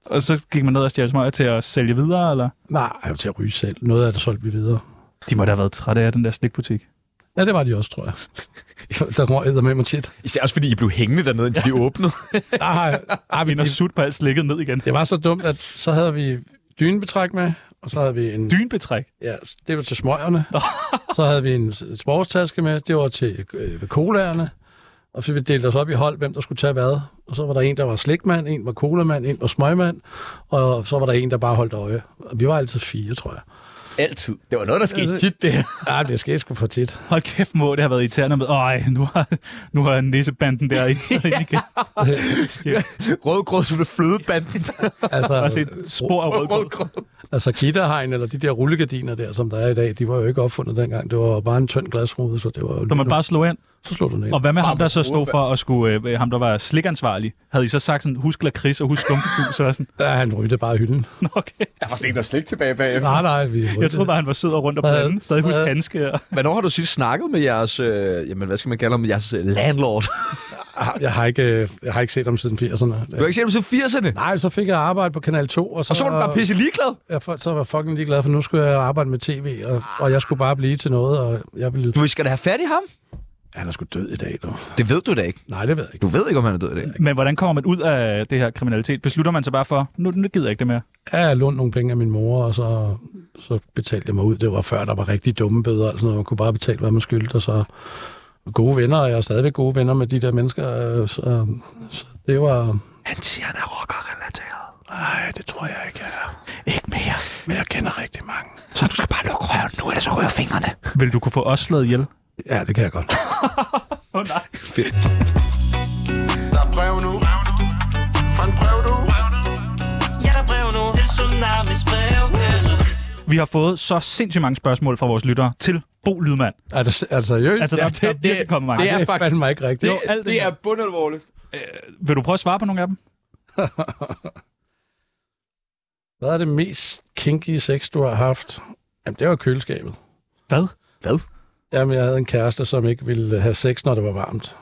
Speaker 3: Og så gik man ned og stjal smøger til at sælge videre, eller?
Speaker 4: Nej, til at ryge selv. Noget af det solgte vi videre.
Speaker 3: De må da have været trætte af den der slikbutik.
Speaker 4: Ja, det var de også, tror jeg. Der røg æder med mig tit.
Speaker 1: Det er også fordi, I blev hængende dernede, indtil ja. de åbnede.
Speaker 4: Nej, nej, vi,
Speaker 3: Ind og sut på alt slikket ned igen.
Speaker 4: det var så dumt, at så havde vi dynebetræk med, og så havde vi en...
Speaker 3: Dynbetræk.
Speaker 4: Ja, det var til smøgerne. så havde vi en s- sportstaske med, det var til øh, colaerne. Og så vi delte os op i hold, hvem der skulle tage hvad. Og så var der en, der var slikmand, en var colemand, en var smøgmand. Og så var der en, der bare holdt øje. Og vi var altid fire, tror jeg.
Speaker 1: Altid. Det var noget, der skete tit, det her.
Speaker 4: Ja, det skete sgu for tit.
Speaker 3: Hold kæft, må det har været irriterende med, øj, nu har, nu har nissebanden der ikke været igen. Shit.
Speaker 1: Rødgrød som blev flødebanden.
Speaker 3: Også
Speaker 4: Altså,
Speaker 3: et spor af rødgrød.
Speaker 1: Rødgrød.
Speaker 4: altså gitterhegn eller de der rullegardiner der, som der er i dag, de var jo ikke opfundet dengang. Det var bare en tynd glasrude, så det var jo...
Speaker 3: Så man bare slog ind.
Speaker 4: Så slog du ned.
Speaker 3: Og hvad med ham, der så stod for at skulle, øh, ham der var slikansvarlig? Havde I så sagt sådan, husk lakrids og husk skumpegus og sådan?
Speaker 4: Ja, han rydde bare i hylden.
Speaker 3: Nå, okay.
Speaker 1: Der var slet ikke noget slik tilbage bagefter.
Speaker 4: Nej, nej, vi
Speaker 3: Jeg troede bare, han var sød og rundt og blande. Stadig husk handske. Og...
Speaker 1: Hvornår har du sidst snakket med jeres, øh, jamen hvad skal man kalde ham, jeres øh, landlord?
Speaker 4: Jeg har, ikke, øh, jeg har ikke set ham siden 80'erne.
Speaker 1: Du har ikke set ham siden 80'erne?
Speaker 4: Nej, så fik jeg arbejde på Kanal 2, og så,
Speaker 1: Og så var du bare pisse ligeglad.
Speaker 4: jeg, for- så var jeg fucking ligeglad, for nu skulle jeg arbejde med tv, og, og jeg skulle bare blive til noget, og jeg ville...
Speaker 1: Du skal da have fat i ham.
Speaker 4: Han er sgu død i dag, du.
Speaker 1: Det ved du da ikke.
Speaker 4: Nej, det ved jeg ikke.
Speaker 1: Du ved ikke, om han er død i dag.
Speaker 3: Men hvordan kommer man ud af det her kriminalitet? Beslutter man sig bare for, nu, nu gider jeg ikke det mere.
Speaker 4: Ja, jeg lånte nogle penge af min mor, og så, så betalte jeg mig ud. Det var før, der var rigtig dumme bøder, altså man kunne bare betale, hvad man skyldte, og så gode venner, og jeg er stadigvæk gode venner med de der mennesker, øh, så, så det var...
Speaker 1: Han siger, han er rockerrelateret.
Speaker 4: Nej, det tror jeg ikke, jeg er.
Speaker 3: Ikke mere.
Speaker 4: Men jeg kender rigtig mange.
Speaker 1: Så du skal bare lukke røven nu, ellers rører fingrene.
Speaker 3: Vil du kunne få os slået ihjel?
Speaker 4: Ja, det kan jeg godt.
Speaker 3: Åh oh, nej.
Speaker 5: Der er brev nu. Fra en brev du.
Speaker 6: Ja, der er brev nu til Tsunamis brevkasse.
Speaker 3: Vi har fået så sindssygt mange spørgsmål fra vores lyttere til Bo Lydmand.
Speaker 4: Er det, er det seriøst?
Speaker 3: Altså, der,
Speaker 1: Ja, det-
Speaker 3: ja, det, der er virkelig
Speaker 1: det-
Speaker 3: kommet mange.
Speaker 1: det er-
Speaker 4: det er fandme ikke rigtigt.
Speaker 3: Jo, alt det her. Øh,
Speaker 1: bundalvorligt.
Speaker 3: Vil du prøve at svare på nogle af dem?
Speaker 4: Hvad er det mest kinky sex, du har haft? Jamen, det var køleskabet.
Speaker 3: Hvad?
Speaker 1: Hvad?
Speaker 4: Jamen, jeg havde en kæreste, som ikke ville have sex, når det var varmt.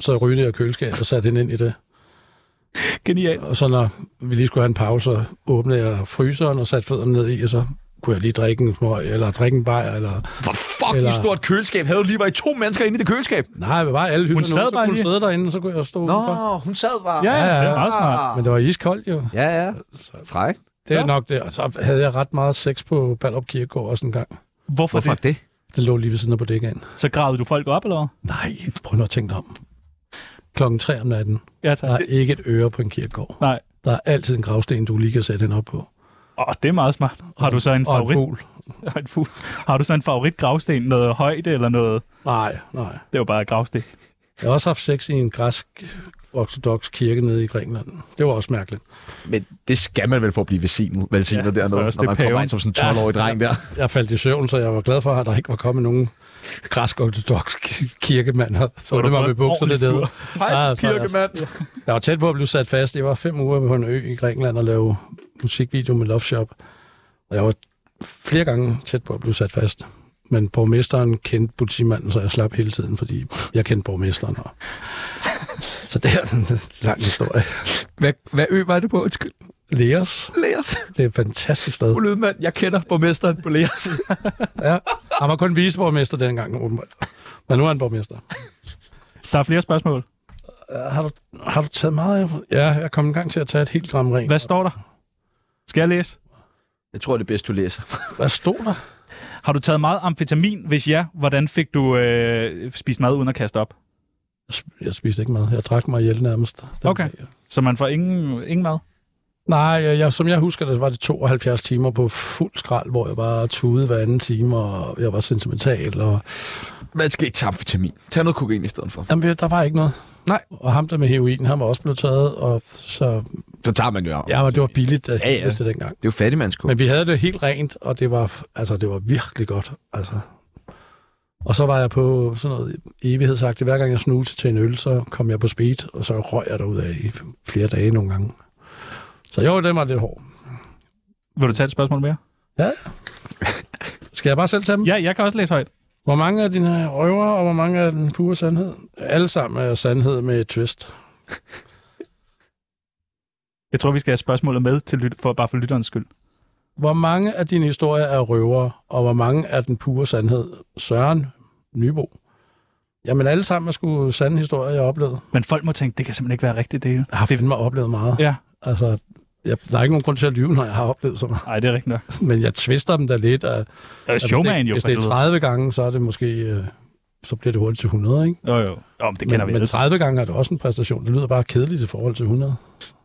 Speaker 4: Så rydde jeg køleskabet og satte hende ind i det.
Speaker 3: Genialt.
Speaker 4: Og så når vi lige skulle have en pause, så åbnede jeg fryseren og satte fødderne ned i, og så kunne jeg lige drikke en smøg, eller drikke en bajer, eller...
Speaker 1: Hvor fucking
Speaker 4: Eller-
Speaker 1: stort køleskab havde du lige? Var I to mennesker inde i det køleskab?
Speaker 4: Nej, det var alle hylderne,
Speaker 3: sad
Speaker 4: så
Speaker 3: bare
Speaker 4: kunne hun
Speaker 3: lige-
Speaker 4: sidde derinde, og så kunne jeg stå udenfor.
Speaker 1: hun sad bare.
Speaker 3: Ja, ja,
Speaker 4: ja,
Speaker 3: det er
Speaker 4: ja.
Speaker 3: meget smart.
Speaker 4: Men det var iskoldt jo.
Speaker 1: Ja, ja. Fræk.
Speaker 4: Det er nok det. Og så havde jeg ret meget sex på Ballup Kirkegård også en gang.
Speaker 3: Hvorfor,
Speaker 1: Hvorfor
Speaker 3: det?
Speaker 1: det?
Speaker 4: Det lå lige ved siden af bodegaen.
Speaker 3: Så gravede du folk op, eller hvad?
Speaker 4: Nej, prøv nu at tænke dig om. Klokken 3 om natten.
Speaker 3: Ja,
Speaker 4: Der
Speaker 3: tak.
Speaker 4: er ikke et øre på en kirkegård.
Speaker 3: Nej.
Speaker 4: Der er altid en gravsten, du lige kan sætte den op på.
Speaker 3: Åh, oh, det er meget smart. Har du så en
Speaker 4: Og en
Speaker 3: favorit?
Speaker 4: fugl.
Speaker 3: Og en fugl. Har du så en favorit gravsten? Noget højde eller noget?
Speaker 4: Nej, nej.
Speaker 3: Det var bare gravsten.
Speaker 4: Jeg har også haft sex i en græsk ortodox kirke nede i Grækenland. Det var også mærkeligt.
Speaker 10: Men det skal man vel for at blive velsignet, velsignet
Speaker 3: Ja,
Speaker 10: ja,
Speaker 3: jeg tror
Speaker 10: dernede,
Speaker 3: også,
Speaker 10: når
Speaker 3: det er
Speaker 10: man kommer
Speaker 3: paven.
Speaker 10: ind som sådan en 12-årig dreng der.
Speaker 4: Jeg faldt i søvn, så jeg var glad for, at der ikke var kommet nogen græsk ortodox kirkemand her. Så
Speaker 3: var
Speaker 4: det
Speaker 3: du på
Speaker 4: var med
Speaker 3: en
Speaker 4: bukserne
Speaker 3: ordentlig
Speaker 4: der.
Speaker 3: tur.
Speaker 4: Hej, kirkemand. Jeg var tæt på at blive sat fast. Jeg var fem uger på en ø i Grækenland og lavede musikvideo med Love Shop. Og jeg var flere gange tæt på at blive sat fast. Men borgmesteren kendte politimanden, så jeg slap hele tiden, fordi jeg kendte borgmesteren. Og... Så det er sådan en lang historie.
Speaker 1: Hvad, hvad
Speaker 10: øh,
Speaker 1: ø var det på? Undskyld.
Speaker 4: Leos,
Speaker 1: Læres.
Speaker 4: det er et fantastisk sted.
Speaker 1: Lydmand, jeg kender borgmesteren på Læres.
Speaker 4: Ja. Han var kun viceborgmester dengang, åbenbart. Men nu er han borgmester.
Speaker 3: Der er flere spørgsmål.
Speaker 4: Har du, har du taget meget af? Ja, jeg kom en gang til at tage et helt gram ren.
Speaker 3: Hvad står der? Skal jeg læse?
Speaker 10: Jeg tror, det er bedst, du læser.
Speaker 4: Hvad stod der?
Speaker 3: Har du taget meget amfetamin? Hvis ja, hvordan fik du øh, spist mad uden at kaste op?
Speaker 4: Jeg sp- Jeg spiste ikke mad. Jeg drak mig ihjel nærmest. Den
Speaker 3: Okay.
Speaker 4: dag.
Speaker 3: Så man får ingen, ingen mad?
Speaker 4: Nej, jeg, jeg, som jeg husker det, var det 72 timer på fuld skrald, hvor jeg bare tudede hver anden time, og jeg var sentimental. Og...
Speaker 10: Man skal ikke tage amfetamin. Tag noget kokain i stedet for.
Speaker 4: Jamen, der var ikke noget.
Speaker 10: Nej.
Speaker 4: Og ham der med heroin, han var også blevet taget, og så...
Speaker 10: Så tager man jo af.
Speaker 4: Ja, men det var billigt af
Speaker 10: Ja, ja.
Speaker 4: ja, ja. dengang.
Speaker 10: Det er jo fattigmandskog.
Speaker 4: Men vi havde det helt rent, og det var, f- altså, det var virkelig godt. Altså. Og så var jeg på sådan noget evighedsagtigt. Hver gang jeg snusede til en øl, så kom jeg på speed, og så røg jeg derud af i flere dage nogle gange. Så jo, den var lidt hård.
Speaker 3: Vil du tage et spørgsmål mere?
Speaker 4: Skal jeg bare selv tage dem?
Speaker 3: Ja, jeg kan også læse højt.
Speaker 4: Hvor mange af dine røver, og hvor mange af den pure sandhed? Alle sammen er sandhed med et twist.
Speaker 3: Jeg tror, vi skal have spørgsmålet med, til lyt- for, bare for lytterens skyld.
Speaker 4: Hvor mange af dine historier er røver, og hvor mange er den pure sandhed? Søren Nybo. Jamen alle sammen er sgu sande historier, jeg oplevede.
Speaker 3: Men folk må tænke, det kan simpelthen ikke være rigtigt, det hele.
Speaker 4: Jeg har fandme oplevet meget.
Speaker 3: Ja,
Speaker 4: Altså, jeg, der er ikke nogen grund til at lyve, når jeg har oplevet så meget.
Speaker 3: nej, det er rigtigt nok.
Speaker 4: Men jeg twister dem da lidt. Og,
Speaker 3: Jeg er
Speaker 4: at
Speaker 3: showman
Speaker 4: hvis det,
Speaker 3: jo,
Speaker 4: Hvis det er 30 gange, så er det måske... Øh, så bliver det hurtigt til 100, ikke?
Speaker 3: Jo, jo. jo men det kender
Speaker 4: men,
Speaker 3: vi
Speaker 4: men
Speaker 3: alle.
Speaker 4: 30 gange er det også en præstation. Det lyder bare kedeligt i forhold til 100.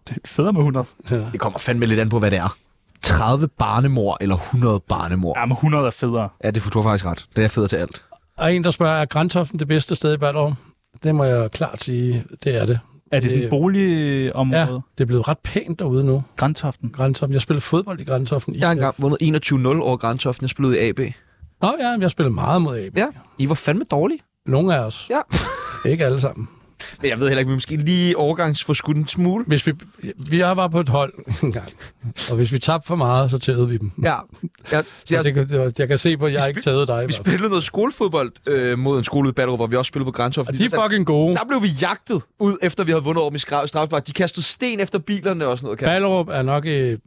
Speaker 3: Det er federe med 100.
Speaker 4: Ja.
Speaker 10: Det kommer fandme lidt an på, hvad det er. 30 barnemor eller 100 barnemor.
Speaker 3: Ja, men 100 er federe.
Speaker 10: Ja, det får du faktisk ret. Det er federe til alt.
Speaker 4: Og en, der spørger, er Grantoften det bedste sted i Ballerup? Det må jeg klart sige, det er det.
Speaker 3: Er det sådan et
Speaker 4: Det- Ja,
Speaker 3: boligområde? Ja.
Speaker 4: det er blevet ret pænt derude nu,
Speaker 3: Grantoften.
Speaker 4: Grantoften. Jeg spillede fodbold i Grantoften.
Speaker 1: Jeg har engang vundet 21-0 over Grantoften. Jeg spillede i AB.
Speaker 4: Nå ja, men jeg spillede meget mod AB.
Speaker 1: Ja, I var fandme dårlige.
Speaker 4: Nogle af os.
Speaker 1: Ja.
Speaker 4: ikke alle sammen.
Speaker 1: Men jeg ved heller ikke, vi måske lige overgangsforskudt en smule.
Speaker 4: Hvis vi, vi jeg var på et hold en gang, og hvis vi tabte for meget, så tævede vi dem.
Speaker 1: Ja, jeg,
Speaker 4: Så
Speaker 1: jeg,
Speaker 4: det, kan- det, jeg kan se på, at jeg har ikke taget dig. i
Speaker 1: vi
Speaker 4: hvert fald.
Speaker 1: spillede noget skolefodbold øh, mod en skole ude i Ballerup, hvor vi også spillede på
Speaker 4: Og
Speaker 1: Grantoften.
Speaker 4: de er fucking gode.
Speaker 1: Der blev vi jagtet ud, efter vi havde vundet over dem i skra- straffespark. De kastede sten efter bilerne og sådan noget. Kan.
Speaker 4: Ballerup er nok... Øh,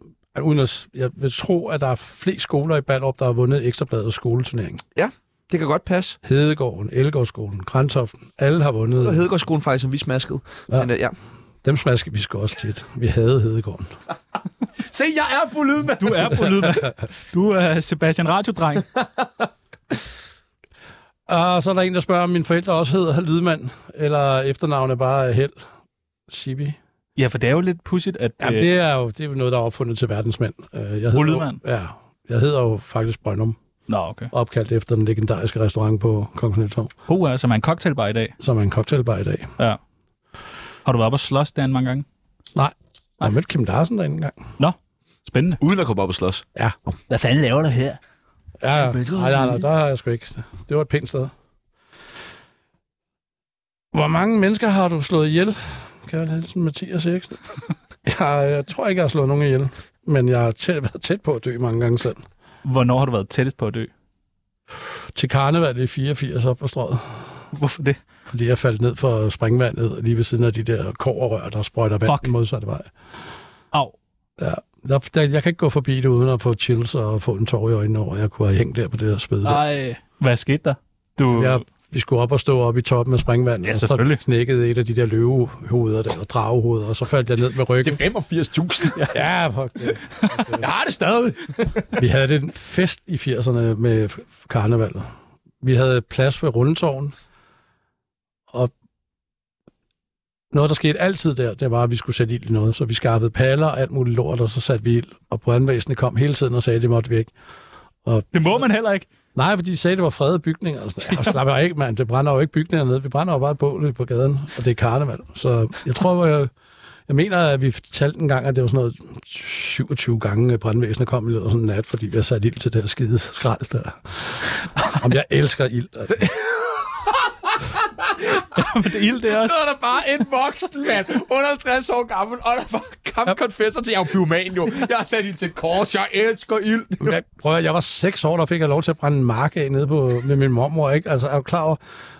Speaker 4: uden at, s- jeg vil tro, at der er flere skoler i Ballerup, der har vundet Ekstrabladets skoleturnering.
Speaker 1: Det kan godt passe.
Speaker 4: Hedegården, Elgårdsskolen, Grantoften, alle har vundet.
Speaker 1: Det var Hedegaardskolen faktisk, som vi smaskede. Ja.
Speaker 4: Ja.
Speaker 1: Men, øh, ja.
Speaker 4: Dem smasker vi sgu også tit. Vi havde Hedegården.
Speaker 1: Se, jeg er på lyd, mand!
Speaker 3: Du er på lyd. Du er Sebastian Radiodreng.
Speaker 4: Og så er der en, der spørger, om mine forældre også hedder Lydmand, eller efternavnet bare er Held. Sibi.
Speaker 3: Ja, for det er jo lidt pudsigt, at...
Speaker 4: Jamen,
Speaker 3: øh,
Speaker 4: det er jo det er jo noget, der er opfundet til verdensmænd. Øh, Jeg hedder,
Speaker 3: Lydmand?
Speaker 4: Jo, ja, jeg hedder jo faktisk Brøndum,
Speaker 3: øh, Nå, okay.
Speaker 4: opkaldt efter den legendariske restaurant på Kongens Nytorv,
Speaker 3: Ho er som er en cocktailbar i dag.
Speaker 4: som er en cocktailbar i dag.
Speaker 3: Har du været oppe og slås derinde mange gange?
Speaker 4: Jeg har mødt Kim Larsen derinde engang.
Speaker 3: Spændende.
Speaker 10: Uden at komme op og slås.
Speaker 3: Hvad fanden laver du her?
Speaker 4: Ja, ja. nej, nej, nej, der har jeg sgu ikke. Det var et pænt sted. Hvor mange mennesker har du slået ihjel? Kan jeg Hansen, Mathias Eriksen? Jeg, jeg tror ikke, jeg har slået nogen ihjel, men jeg har tæt, været tæt på at dø mange gange selv.
Speaker 3: Hvornår har du været tættest på at dø?
Speaker 4: Til karnevalet i 84 op på strøget,
Speaker 3: Hvorfor det?
Speaker 4: fordi jeg faldt ned for springvandet lige ved siden af de der koverrør, der sprøjter vand
Speaker 3: Fuck.
Speaker 4: den modsatte vej.
Speaker 3: Au.
Speaker 4: Ja, der, der, jeg kan ikke gå forbi det uden at få chills og få en tår i øjnene over, at jeg kunne have hængt der på det der spæde. der.
Speaker 3: Ej. Hvad skete der? Du...
Speaker 4: Ja, vi skulle op og stå op i toppen af springvandet,
Speaker 3: Ja,
Speaker 4: og så
Speaker 3: selvfølgelig.
Speaker 4: knækkede et af de der løvehoveder der, eller dragehoveder, og så faldt jeg ned med ryggen.
Speaker 10: 85.000.
Speaker 4: Ja, fuck det.
Speaker 10: Jeg har det stadig.
Speaker 4: Vi havde det en fest i 80'erne med f- f- karnevalet. Vi havde plads ved Rundetårn, og noget, der skete altid der, det var, at vi skulle sætte ild i noget. Så vi skaffede paller og alt muligt lort, og så satte vi ild. Og brandvæsenet kom hele tiden og sagde, at det måtte vi ikke. Og,
Speaker 3: det må man heller ikke.
Speaker 4: Nej, fordi de sagde, at det var fredede bygninger. Og sådan, noget. ja, slap af, mand. Det brænder jo ikke bygninger ned. Vi brænder jo bare et bål på gaden, og det er karneval. Så jeg tror, jeg, jeg mener, at vi fortalte en gang, at det var sådan noget 27 gange at brandvæsenet kom i løbet af sådan en nat, fordi vi havde sat ild til det her skide skrald der. Om jeg elsker ild. Altså.
Speaker 3: Men det er ild, det er også.
Speaker 10: Så er der bare en voksen mand, 58 år gammel, og der var kampkonfessor til, jeg er jo pyroman jo. Jeg har sat ild til kors, jeg elsker ild.
Speaker 4: Men Jeg, prøv at, jeg var seks år, der fik jeg lov til at brænde en mark af nede på, med min mormor, ikke? Altså, er du klar over?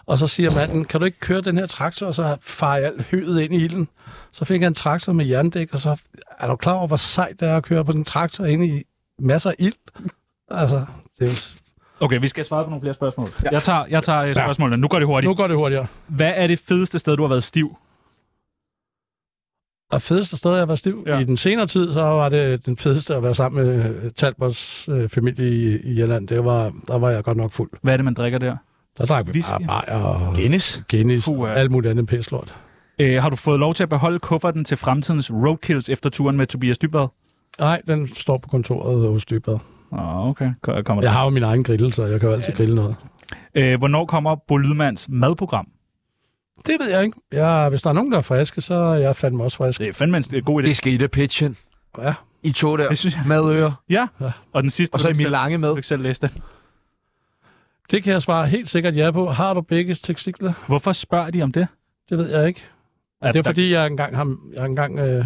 Speaker 4: Og så siger manden, kan du ikke køre den her traktor, og så farer jeg høet ind i ilden. Så fik jeg en traktor med jerndæk, og så er du klar over, hvor sejt det er at køre på sådan en traktor ind i masser af ild? Altså, det er jo...
Speaker 3: Okay, vi skal svare på nogle flere spørgsmål. Ja. Jeg tager, jeg tager øh, spørgsmålene. Nu går det hurtigt.
Speaker 4: Nu går det hurtigere.
Speaker 3: Hvad er det fedeste sted, du har været stiv?
Speaker 4: Og fedeste sted, jeg var stiv
Speaker 3: Ja.
Speaker 4: ja. i den senere tid, så var det den fedeste at være sammen med øh, Talbots øh, familie i, i Irland. Det var, der var jeg godt nok fuld.
Speaker 3: Hvad er det, man drikker der?
Speaker 4: Der drak vi
Speaker 3: Whisky?
Speaker 4: bare bajer og
Speaker 10: Guinness?
Speaker 4: Guinness
Speaker 3: Puha.
Speaker 4: og alt muligt andet pæslort.
Speaker 3: Øh, har du fået lov til at beholde kufferten til fremtidens roadkills efter turen med Tobias Dybvad?
Speaker 4: Nej, den står på kontoret hos Dybad.
Speaker 3: Åh, oh, okay. Ko- Kommer
Speaker 4: Jeg
Speaker 3: der.
Speaker 4: har jo min egen grill, så jeg kan jo altid grille noget.
Speaker 3: Øh, hvornår kommer Bo Lydmans madprogram?
Speaker 4: Det ved jeg ikke. Jeg, hvis der er nogen, der er friske, så er jeg fandme også frisk.
Speaker 3: Det er fandme en st- god idé.
Speaker 1: Det skal i det pitchen.
Speaker 4: Ja.
Speaker 1: I to der.
Speaker 3: Det synes jeg.
Speaker 1: Madøre.
Speaker 3: Ja. Og den sidste,
Speaker 1: Og så
Speaker 3: du kan
Speaker 1: Emil
Speaker 3: selv-
Speaker 1: Lange med.
Speaker 3: du kan selv læse den.
Speaker 4: Det kan jeg svare helt sikkert ja på. Har du begge tekstikler?
Speaker 3: Hvorfor spørger de om det?
Speaker 4: Det ved jeg ikke.
Speaker 3: At
Speaker 4: Det er
Speaker 3: der-
Speaker 4: fordi, jeg engang, har, jeg engang øh,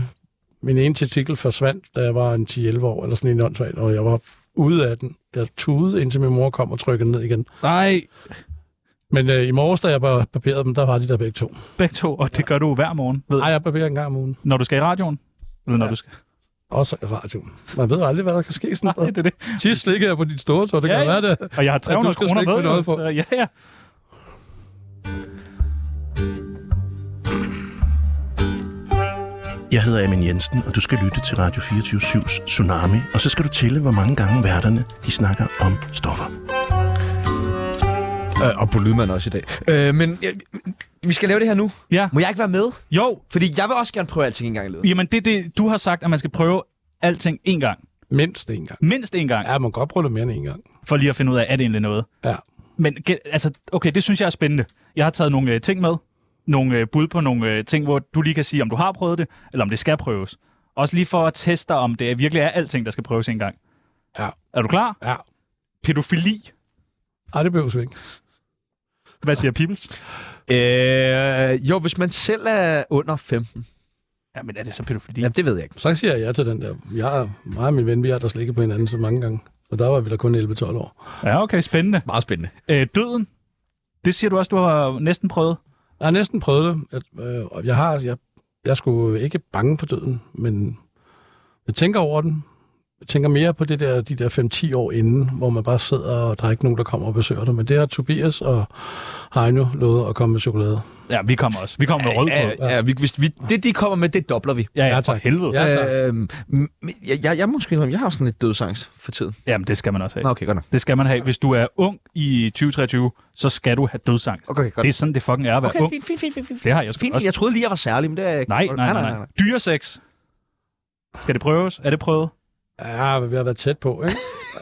Speaker 4: min ene testikel forsvandt, da jeg var en 10-11 år, eller sådan en åndssvagt, og jeg var ude af den. Jeg tudede, indtil min mor kom og trykkede ned igen.
Speaker 3: Nej,
Speaker 4: Men øh, i morges, da jeg bare barberede dem, der var de der begge to.
Speaker 3: begge to. Og det gør du hver morgen, ved
Speaker 4: Nej,
Speaker 3: jeg.
Speaker 4: jeg barberer en gang om ugen.
Speaker 3: Når du skal i radioen? Eller når ja. du skal...
Speaker 4: Også i radioen. Man ved jo aldrig, hvad der kan ske sådan et
Speaker 3: Nej,
Speaker 4: sted.
Speaker 3: det er det.
Speaker 4: Sidst ligger jeg på din store tår, det
Speaker 3: Ja,
Speaker 4: kan
Speaker 3: ja.
Speaker 4: være det.
Speaker 3: Og jeg har
Speaker 4: Ja, du
Speaker 3: 300
Speaker 4: skal
Speaker 3: kroner
Speaker 4: slække
Speaker 3: med.
Speaker 4: på noget
Speaker 3: jo,
Speaker 4: på.
Speaker 3: så- Ja, ja.
Speaker 11: Jeg hedder Amin Jensen, og du skal lytte til Radio 24-7's Tsunami, og så skal du tælle, hvor mange gange værterne de snakker om stoffer.
Speaker 1: Øh, og på lydmand også i dag. Øh, men jeg, vi skal lave det her nu.
Speaker 3: Ja.
Speaker 1: Må jeg ikke være med?
Speaker 3: Jo,
Speaker 1: Fordi jeg vil også gerne prøve alting en gang i livet.
Speaker 3: jamen det er det, du har sagt, at man skal prøve alting en gang.
Speaker 4: Mindst en gang.
Speaker 3: Mindst en gang,
Speaker 4: Ja, man kan godt prøve det mere end en gang.
Speaker 3: for lige at finde ud af, er det egentlig noget?
Speaker 4: Ja.
Speaker 3: Men ge- altså, okay, det synes jeg er spændende. Jeg har taget nogle øh, ting med. Nogle øh, bud på nogle øh, ting, hvor du lige kan sige, om du har prøvet det, eller om det skal prøves. Også lige for at teste, om det virkelig er alting, der skal prøves en gang.
Speaker 4: Ja.
Speaker 3: Er du klar?
Speaker 4: Ja.
Speaker 3: Pædofili.
Speaker 4: Ej, det behøves vi ikke.
Speaker 3: Hvad siger Pibels?
Speaker 1: Øh, jo, hvis man selv er under 15.
Speaker 3: Jamen, er det så pædofili?
Speaker 1: Jamen, det ved jeg ikke.
Speaker 4: Så siger jeg ja til den der. Jeg, har- mig og min ven, vi har der slikket på hinanden så mange gange. Og der var vi da kun 11-12 år.
Speaker 3: Ja, okay, spændende.
Speaker 1: Meget spændende.
Speaker 3: Øh, døden. Det siger du også, du har næsten prøvet.
Speaker 4: Jeg har næsten prøvet det. Jeg, øh, og jeg, har, jeg, jeg skulle ikke bange for døden, men jeg tænker over den. Jeg tænker mere på det der, de der 5-10 år inden, hvor man bare sidder, og der er ikke nogen, der kommer og besøger dig. Men det har Tobias og Heino lovet at komme med chokolade.
Speaker 3: Ja, vi kommer også. Vi kommer med rød på.
Speaker 1: Ja, ja, vi, hvis vi, det, de kommer med, det dobler vi.
Speaker 3: Ja, ja,
Speaker 4: Ja,
Speaker 3: for
Speaker 4: tak.
Speaker 3: helvede. Ja.
Speaker 4: Ja. tak.
Speaker 1: Øhm, men jeg, jeg, jeg, må måske, indrømme, jeg har sådan lidt dødsangst for tiden.
Speaker 3: Jamen, det skal man også have.
Speaker 1: Nå, okay, godt nok.
Speaker 3: Det skal man have. Hvis du er ung i 2023, så skal du have dødsangst.
Speaker 1: Okay, godt.
Speaker 3: Det er sådan, det fucking er at være
Speaker 1: Okay,
Speaker 3: ung.
Speaker 1: fint, fint, fint, fint, fint.
Speaker 3: Det har jeg sgu
Speaker 1: Fint,
Speaker 3: også.
Speaker 1: jeg troede lige, jeg var særlig, men det er...
Speaker 3: Nej, nej, nej, nej. Dyresex. Skal det prøves? Er det prøvet?
Speaker 4: Ja, vi har været tæt på, ikke?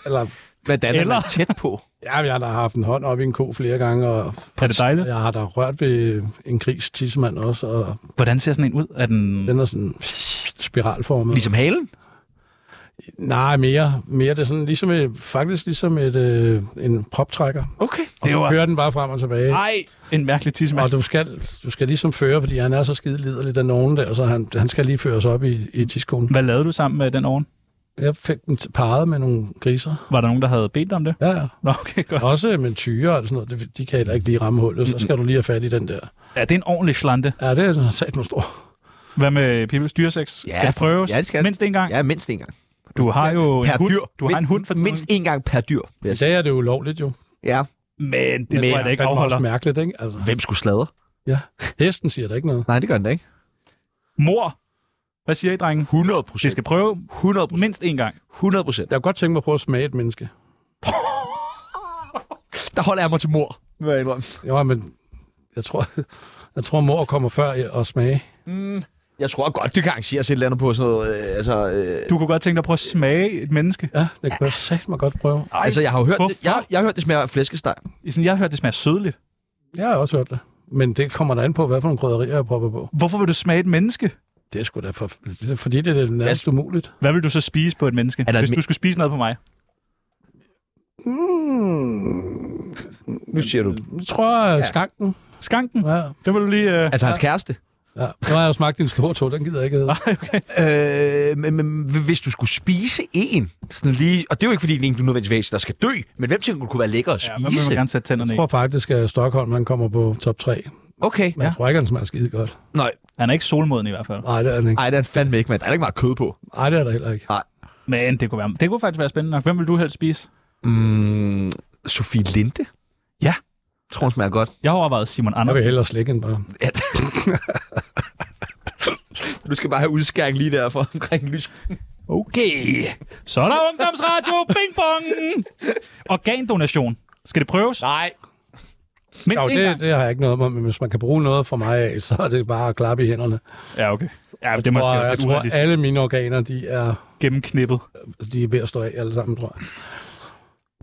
Speaker 4: Eller,
Speaker 1: Hvordan er
Speaker 3: Eller-
Speaker 1: man tæt på?
Speaker 4: ja, jeg har da haft en hånd op i en ko flere gange, og
Speaker 3: Er det dejligt?
Speaker 4: jeg har da rørt ved en gris tissemand også, og
Speaker 3: Hvordan ser sådan en ud? Er den...
Speaker 4: Den er sådan spiralformet.
Speaker 1: Ligesom halen?
Speaker 4: Nej, mere. mere. Det er sådan ligesom et, faktisk ligesom et, øh, en proptrækker.
Speaker 1: Okay.
Speaker 4: Og
Speaker 3: Det
Speaker 4: så
Speaker 3: var-
Speaker 4: kører den bare frem og tilbage.
Speaker 3: Ej, en mærkelig tissemand.
Speaker 4: Og du skal, du skal ligesom føre, fordi han er så skide liderlig, den nogen der, og så han, han skal lige føres op i, i tidskolen.
Speaker 3: Hvad lavede du sammen med den oven?
Speaker 4: Jeg fik den t- parret med nogle griser.
Speaker 3: Var der nogen, der havde bedt dig om det?
Speaker 4: Ja, ja.
Speaker 3: Nå, okay, godt.
Speaker 4: Også med tyre og sådan noget. De, de kan heller ikke lige ramme hullet, så skal du lige have fat i den der.
Speaker 3: Ja, det er en ordentlig slante.
Speaker 4: Ja, det er sat med stor.
Speaker 3: Hvad med Pibels dyresex?
Speaker 1: Ja,
Speaker 3: skal det prøves?
Speaker 1: ja, det skal det.
Speaker 3: Mindst en gang?
Speaker 1: Ja, mindst en gang.
Speaker 3: Du har jo en
Speaker 1: Per
Speaker 3: hund.
Speaker 1: dyr.
Speaker 3: Du har en hund for tiden.
Speaker 1: Mindst en gang per dyr. vil
Speaker 4: I
Speaker 1: jeg sige.
Speaker 4: dag er det jo ulovligt jo.
Speaker 1: Ja.
Speaker 3: Men det tror jeg da ikke
Speaker 4: Det er også
Speaker 3: afholder.
Speaker 4: mærkeligt, ikke? Altså,
Speaker 1: Hvem skulle sladre?
Speaker 4: hesten siger der ikke noget.
Speaker 1: Nej, det gør den da ikke.
Speaker 3: Mor. Hvad siger I, drenge?
Speaker 1: 100
Speaker 3: Det
Speaker 1: procent.
Speaker 3: skal prøve
Speaker 1: 100 procent.
Speaker 3: mindst en gang.
Speaker 1: 100 procent.
Speaker 4: Jeg kunne godt tænke mig at prøve at smage et menneske.
Speaker 1: Der holder jeg mig til mor. Må jeg indrømme.
Speaker 4: Jo, men jeg tror, jeg tror mor kommer før og smage.
Speaker 1: Jeg tror godt, det kan arrangeres et eller andet på sådan noget... Øh, altså, øh,
Speaker 3: Du kunne godt tænke dig at prøve at smage et menneske.
Speaker 4: Ja, det kunne jeg sagt mig godt prøve.
Speaker 3: Ej,
Speaker 1: altså, jeg har jo hørt,
Speaker 3: hvorfor?
Speaker 1: det, jeg, jeg har hørt, det smager af flæskesteg.
Speaker 3: Sådan, jeg har hørt, det smager sødligt.
Speaker 4: Jeg har også hørt det. Men det kommer der an på, hvad for nogle krydderier jeg prøver på.
Speaker 3: Hvorfor vil du smage et menneske?
Speaker 4: Det er sgu da for, det er fordi, det er det nærmest umuligt.
Speaker 3: Hvad vil du så spise på et menneske,
Speaker 1: Er der et
Speaker 3: hvis
Speaker 1: mi-
Speaker 3: du skulle spise noget på mig?
Speaker 1: Nu siger du.
Speaker 4: Jeg tror, ja. skanken.
Speaker 3: Skanken?
Speaker 4: Ja.
Speaker 3: Det vil du lige... Øh...
Speaker 1: Altså, hans kæreste.
Speaker 4: ja. Nu har jeg jo smagt en stor tog, den gider jeg ikke have.
Speaker 1: Øh, men, men, hvis du skulle spise en, sådan lige, og det er jo ikke fordi, det er en, du nødvendigvis er, der skal dø, men hvem tænker, du kunne være lækker at
Speaker 3: Ja, man vil man
Speaker 1: spise?
Speaker 3: gerne sætte tænderne
Speaker 4: Jeg
Speaker 3: i.
Speaker 4: tror faktisk, at Stockholm han kommer på top 3. Men
Speaker 1: okay.
Speaker 4: ja. jeg tror ikke, han smager skide godt.
Speaker 1: Nej,
Speaker 3: Han er ikke solmoden i hvert fald.
Speaker 4: Nej, det er han ikke.
Speaker 1: ej, det er fandme ikke, mand. Der er ikke meget kød på.
Speaker 4: Nej, det er der heller ikke.
Speaker 3: Men det kunne, være, det kunne faktisk være spændende nok. Hvem vil du helst spise?
Speaker 1: Mm, Sofie Linde?
Speaker 3: Ja.
Speaker 1: Jeg tror, hun smager godt.
Speaker 3: Jeg har overvejet Simon
Speaker 4: Jeg vil
Speaker 3: Andersen.
Speaker 4: hellere slikke end bare.
Speaker 1: Du skal bare have udskæring lige der for omkring lys.
Speaker 3: Okay. Så er der Ungdomsradio. Bing bong. Organdonation. Skal det prøves?
Speaker 1: Nej.
Speaker 3: Mindst
Speaker 4: Jo,
Speaker 3: en gang.
Speaker 4: det, det, har jeg ikke noget med, men hvis man kan bruge noget for mig af, så er det bare at klappe i hænderne.
Speaker 3: Ja, okay. Ja, det er måske
Speaker 4: og
Speaker 3: også
Speaker 4: jeg
Speaker 3: lidt
Speaker 4: tror,
Speaker 3: urealistisk.
Speaker 4: alle mine organer, de er,
Speaker 3: Gennemknippet.
Speaker 4: de er ved at stå af alle sammen, tror jeg.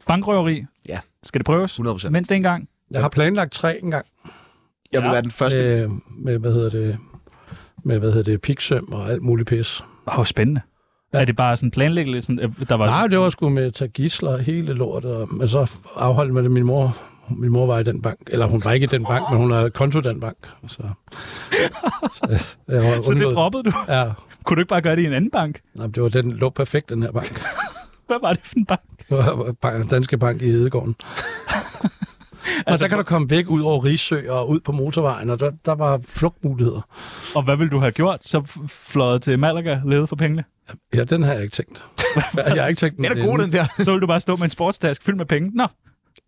Speaker 3: Bankrøveri.
Speaker 1: Ja.
Speaker 3: Skal det prøves?
Speaker 1: 100%.
Speaker 3: Mindst en gang.
Speaker 4: Jeg har planlagt tre engang.
Speaker 1: Jeg vil
Speaker 3: Ja.
Speaker 1: være den første.
Speaker 4: med, med, hvad hedder det, med, hvad hedder det, piksøm og alt muligt pis.
Speaker 3: Wow, spændende. Ja.
Speaker 4: Ja.
Speaker 3: Er det bare sådan planlæggeligt? Sådan, øh, der var
Speaker 4: Nej, det var sgu med at tage gisler og hele lortet, og, men så afholdt man det. Min mor, min mor var i den bank, eller hun var ikke i den bank, men hun har konto i den bank. Så, så, jeg var
Speaker 3: så det
Speaker 4: undlod-
Speaker 3: droppede du.
Speaker 4: Ja,
Speaker 3: Kunne du ikke bare gøre det i en anden bank?
Speaker 4: nej, men det var den lå perfekt, den her bank.
Speaker 3: Hvad var det for en bank?
Speaker 4: Det var bank- Danske Bank i Hedegården. Og der kan du komme væk ud over Rigsø og ud på motorvejen, og der, der var flugtmuligheder.
Speaker 3: Og hvad ville du have gjort? Så f- fløjet til Malaga, levet for pengene?
Speaker 4: Ja, den har jeg ikke tænkt. Jeg har ikke tænkt den.
Speaker 1: Den er
Speaker 4: til
Speaker 1: god,
Speaker 4: ende.
Speaker 1: den der.
Speaker 3: Så ville du bare stå med en sportstask fyldt med penge. Nå,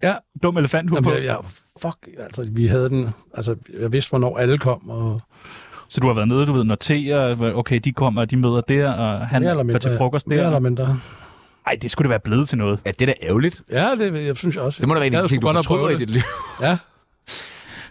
Speaker 4: Ja,
Speaker 3: dum elefanthue på.
Speaker 4: Jamen, jeg, jeg, fuck, altså, vi havde den, altså, jeg vidste, hvornår alle kom, og
Speaker 3: Så du har været nede, du ved, notere, okay, de kommer, de møder der, og han
Speaker 4: mere eller
Speaker 3: går
Speaker 4: mindre.
Speaker 3: til frokost
Speaker 4: Mere eller
Speaker 3: der.
Speaker 4: mindre.
Speaker 3: Nej, det skulle da være blevet til noget.
Speaker 1: Ja, det er da ærgerligt.
Speaker 4: Ja, det jeg synes jeg også.
Speaker 1: Det må da være en
Speaker 4: Jeg
Speaker 1: af de ting, du
Speaker 4: skulle godt have
Speaker 1: fortryder
Speaker 4: prøvet
Speaker 1: i dit liv.
Speaker 4: det. Ja,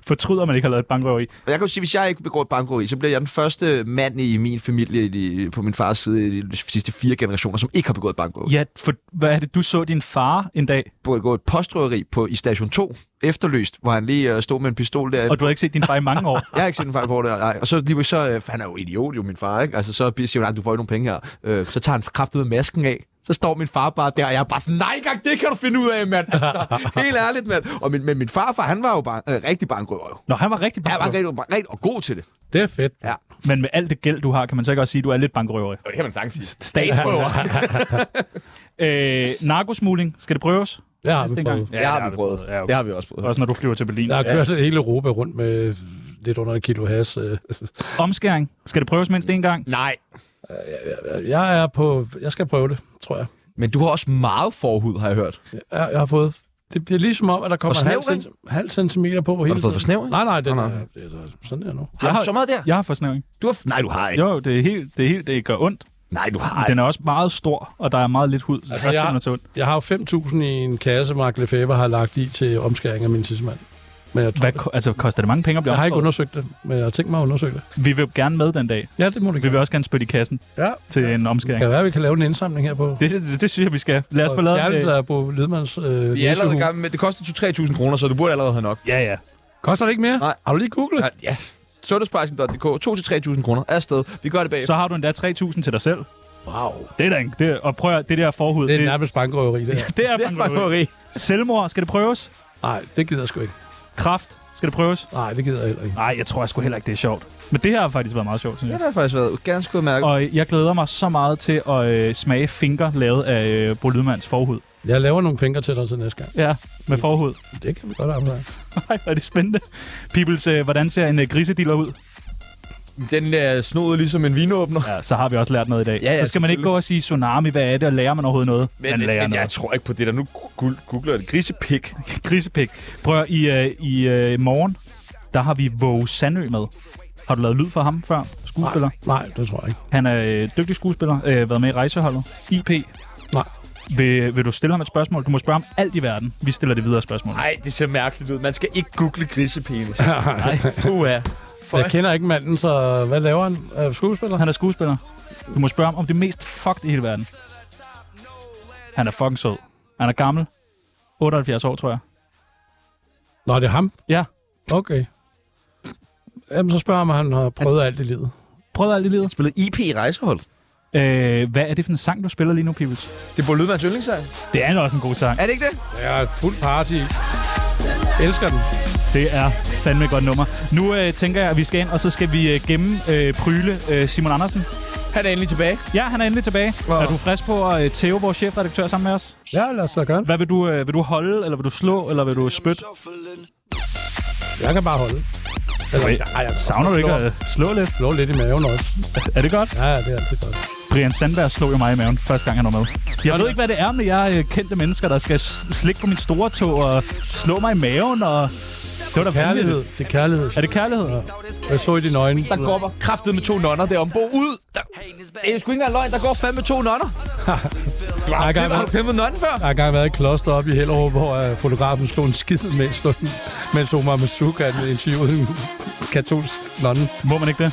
Speaker 3: Fortryder, man ikke har lavet et bankrøveri.
Speaker 1: Og jeg kan jo sige, hvis jeg ikke begår et bankrøveri, så bliver jeg den første mand i min familie i de, på min fars side i de sidste fire generationer, som ikke har begået et bankrøveri.
Speaker 3: Ja, for hvad er det, du så din far en dag,
Speaker 1: Jeg begået et postrøveri på, i station 2, efterlyst, hvor han lige øh, stod med en pistol derinde.
Speaker 3: og du har ikke set din far i mange år?
Speaker 1: Jeg har ikke set en fejl på det, nej. Og så lige så, øh, for han er jo idiot jo, min far, ikke? Altså, så siger han, "Ej, du får ikke nogen penge her. Øh, så tager han kraftet masken af. Så står min far bare der, og jeg er bare sådan, nej, gang, det kan du finde ud af, mand. Altså, helt ærligt, mand. Og min, men min farfar, han var jo bare, øh, rigtig bankrøver. jo.
Speaker 3: Nå, han var rigtig
Speaker 1: Ja, Han var
Speaker 3: bankrøver.
Speaker 1: rigtig, bare, rigtig og god til det.
Speaker 4: det er fedt.
Speaker 3: Men med alt det gæld, du har, kan man så ikke også sige, at du er lidt bankrøveri?
Speaker 1: Og det kan man sagtens sige.
Speaker 3: Statsrøver. øh, narkosmugling, skal det prøves?
Speaker 4: Det har
Speaker 3: Næste
Speaker 4: vi
Speaker 3: gang.
Speaker 4: prøvet.
Speaker 1: Ja, det har vi prøvet.
Speaker 3: Ja, okay.
Speaker 1: Det har vi også prøvet.
Speaker 3: Også når du flyver til Berlin.
Speaker 4: Jeg har kørt hele Europa rundt med lidt under et kilo has. øh.
Speaker 3: Omskæring, skal det prøves mindst en gang?
Speaker 1: Nej.
Speaker 4: Jeg er på, jeg skal prøve det, tror jeg.
Speaker 1: Men du har også meget forhud, har jeg hørt.
Speaker 4: Jeg, jeg har fået, det bliver ligesom om, at der kommer
Speaker 1: snæver
Speaker 4: halv,
Speaker 1: den?
Speaker 4: cent, halv centimeter på hele
Speaker 1: du fået for snæver en?
Speaker 4: Nej, nej, den
Speaker 1: Nå,
Speaker 4: er,
Speaker 1: nej.
Speaker 4: det er sådan der nu.
Speaker 1: Har
Speaker 3: Jeg
Speaker 1: du
Speaker 3: har-
Speaker 1: så meget der?
Speaker 3: Jeg har forsnævring.
Speaker 1: Du har... Nej, du har ikke.
Speaker 3: Jo, det er helt, det er helt, det gør ondt.
Speaker 1: Nej, du har
Speaker 3: Ej.
Speaker 1: ikke.
Speaker 3: Den er også meget stor, og der er meget lidt hud. Så
Speaker 4: Altså,
Speaker 3: altså, jeg...
Speaker 4: jeg-
Speaker 3: til ondt.
Speaker 4: Jeg har jo 5.000 i en kasse, Mark Lefebvre har lagt i til omskæring af min tidsmand. Men jeg, tror,
Speaker 3: Hvad, ko- altså, koster det mange penge at blive
Speaker 4: jeg har ikke
Speaker 3: omskåret?
Speaker 4: undersøgt det, men jeg har tænkt mig at undersøge det.
Speaker 3: Vi vil gerne med den dag.
Speaker 4: Ja, det må du
Speaker 3: Vi vil også gerne spytte i kassen
Speaker 4: Ja,
Speaker 3: til en omskæring.
Speaker 4: kan være, vi kan lave en indsamling her på...
Speaker 3: Det, det, det synes jeg, vi skal. Lad os få lavet en...
Speaker 4: Fjernelse
Speaker 3: øh,
Speaker 4: af Bo Lidmans øh,
Speaker 1: Vi er allerede i
Speaker 4: nissehue.
Speaker 1: gang med... Det koster 2-3.000 kroner, så du burde allerede have nok.
Speaker 3: Ja, ja.
Speaker 4: Koster det ikke mere?
Speaker 1: Nej.
Speaker 4: Har du lige googlet?
Speaker 1: Ja, Ja. Sundhedsprejsen.dk. 2-3.000 kroner. Afsted. Vi gør det bag.
Speaker 3: Så har du endda 3.000 til dig selv.
Speaker 4: Wow.
Speaker 3: Det er da en... Det, og prøv at, det der forhud.
Speaker 4: Det er nærmest bankrøveri, det her.
Speaker 3: det er,
Speaker 1: Det er bankrøveri.
Speaker 3: Selvmord, skal det prøves?
Speaker 4: Nej, det gider jeg sgu ikke.
Speaker 3: Kraft, skal det prøves?
Speaker 4: Nej, det gider jeg heller ikke.
Speaker 3: Nej, jeg tror jeg sgu heller ikke, det er sjovt. Men det her har faktisk været meget sjovt, synes jeg.
Speaker 1: Ja, det har faktisk været ganske udmærket.
Speaker 3: Og jeg glæder mig så meget til at øh, smage finger lavet af øh, Bo Lydmans forhud.
Speaker 4: Jeg laver nogle fingre til dig til næste gang.
Speaker 3: Ja, med forhud.
Speaker 4: Det kan vi godt arbejde.
Speaker 3: Ej, hvor er det spændende. Peoples, øh, hvordan ser en øh, grisediller ud?
Speaker 1: Den er snoet ligesom en vinåbner.
Speaker 3: Ja, så har vi også lært noget i dag.
Speaker 1: Ja, ja,
Speaker 3: så skal man ikke gå og sige tsunami, hvad er det, og lærer man overhovedet noget? man lærer noget.
Speaker 1: tror ikke på det der. Nu gu- googler jeg det. Grisepik.
Speaker 3: Grisepik. Prøv at, høre, i, øh, i øh, morgen, der har vi Våge Sandø med. Har du lavet lyd for ham før? Skuespiller.
Speaker 4: Nej, det tror jeg ikke.
Speaker 3: Han er øh, dygtig skuespiller, øh, været med i rejseholdet. IP.
Speaker 4: Nej.
Speaker 3: Vil, vil du stille ham et spørgsmål? Du må spørge om alt i verden. Vi stiller det videre spørgsmål.
Speaker 1: Nej, det ser mærkeligt ud. Man skal ikke google grisepenis. Nej, uha.
Speaker 4: jeg kender ikke manden, så hvad laver han? Er skuespiller?
Speaker 3: Han er skuespiller. Du må spørge ham om det mest fucked i hele verden. Han er fucking sød. Han er gammel. 78 år, tror jeg.
Speaker 4: Nå, det er ham?
Speaker 3: Ja.
Speaker 4: Okay. Jamen, så spørger jeg, om han har prøvet alt i livet.
Speaker 3: Prøvet alt i livet?
Speaker 1: Spillet IP i rejsehold.
Speaker 3: Øh, hvad er det for en sang, du spiller lige nu, Pibels?
Speaker 1: Det burde lyde være yndlingssang.
Speaker 3: Det er også en god sang.
Speaker 1: Er det ikke det?
Speaker 4: Jeg er fuld party. Elsker den.
Speaker 3: Det er fandme et godt nummer. Nu øh, tænker jeg, at vi skal ind, og så skal vi øh, gemme øh, pryle øh, Simon Andersen.
Speaker 10: Han er endelig tilbage.
Speaker 3: Ja, han er endelig tilbage. Wow. Er du frisk på at øh, tæve vores chefredaktør sammen med os?
Speaker 4: Ja, lad os da gøre det.
Speaker 3: Hvad vil du, øh, vil du holde, eller vil du slå, eller vil du spytte?
Speaker 4: Jeg kan bare holde. Eller,
Speaker 3: Ej, jeg Altså, savner du ikke at øh, slå lidt?
Speaker 4: Slå lidt i maven også.
Speaker 3: Er det godt?
Speaker 4: Ja, ja, det er altid godt.
Speaker 3: Brian Sandberg slog jo mig i maven, første gang han var med. Jeg ved ikke, hvad det er med jer øh, kendte mennesker, der skal s- slikke på min store tog og slå mig i maven. Og... Det var da
Speaker 4: Kærlighed.
Speaker 3: vanvittigt.
Speaker 4: Det er kærlighed.
Speaker 3: Er det kærlighed?
Speaker 4: Jeg så i dine øjne.
Speaker 1: Der går kraftet med to nonner der ombo ud. Der, det er sgu ikke engang løgn, der går fandme to nonner.
Speaker 4: Du har,
Speaker 1: Det har du kæmpet nonnen før.
Speaker 4: Jeg har engang været i et kloster op i Hellerup, hvor uh, fotografen slog en skid, mens, mens Omar Masuka interviewede en katolsk nonne.
Speaker 3: Må man ikke det?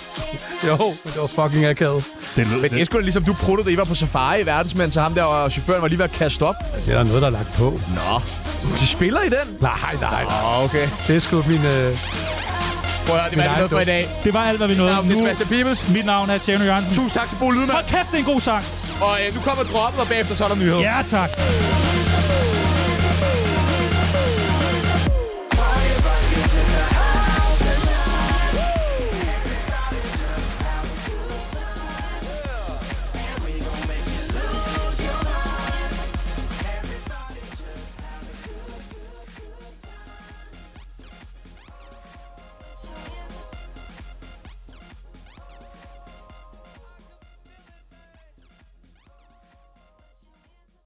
Speaker 4: Jo, det var fucking akavet.
Speaker 3: Det lød
Speaker 1: Men det er sgu da ligesom, du pruttede, da I var på safari i verdensmand, så ham der og chaufføren var lige ved at kaste op.
Speaker 4: Det er der noget, der er lagt på.
Speaker 1: Nå. De spiller i den?
Speaker 4: Nej, nej, nej.
Speaker 1: Åh, okay.
Speaker 4: Det er sgu min... Uh,
Speaker 10: Prøv at høre, det var
Speaker 4: Men
Speaker 10: alt
Speaker 4: nej,
Speaker 10: noget for i
Speaker 4: du-
Speaker 10: dag.
Speaker 3: Det var alt, hvad vi nåede.
Speaker 10: Navn er Sebastian Pibels.
Speaker 3: Mit navn er Tjerno Jørgensen.
Speaker 10: Tusind tak til Bo Lydman.
Speaker 3: Hold kæft, det er en god sang.
Speaker 10: Og øh, nu kommer droppet, og bagefter så er der nyheder.
Speaker 3: Ja, tak.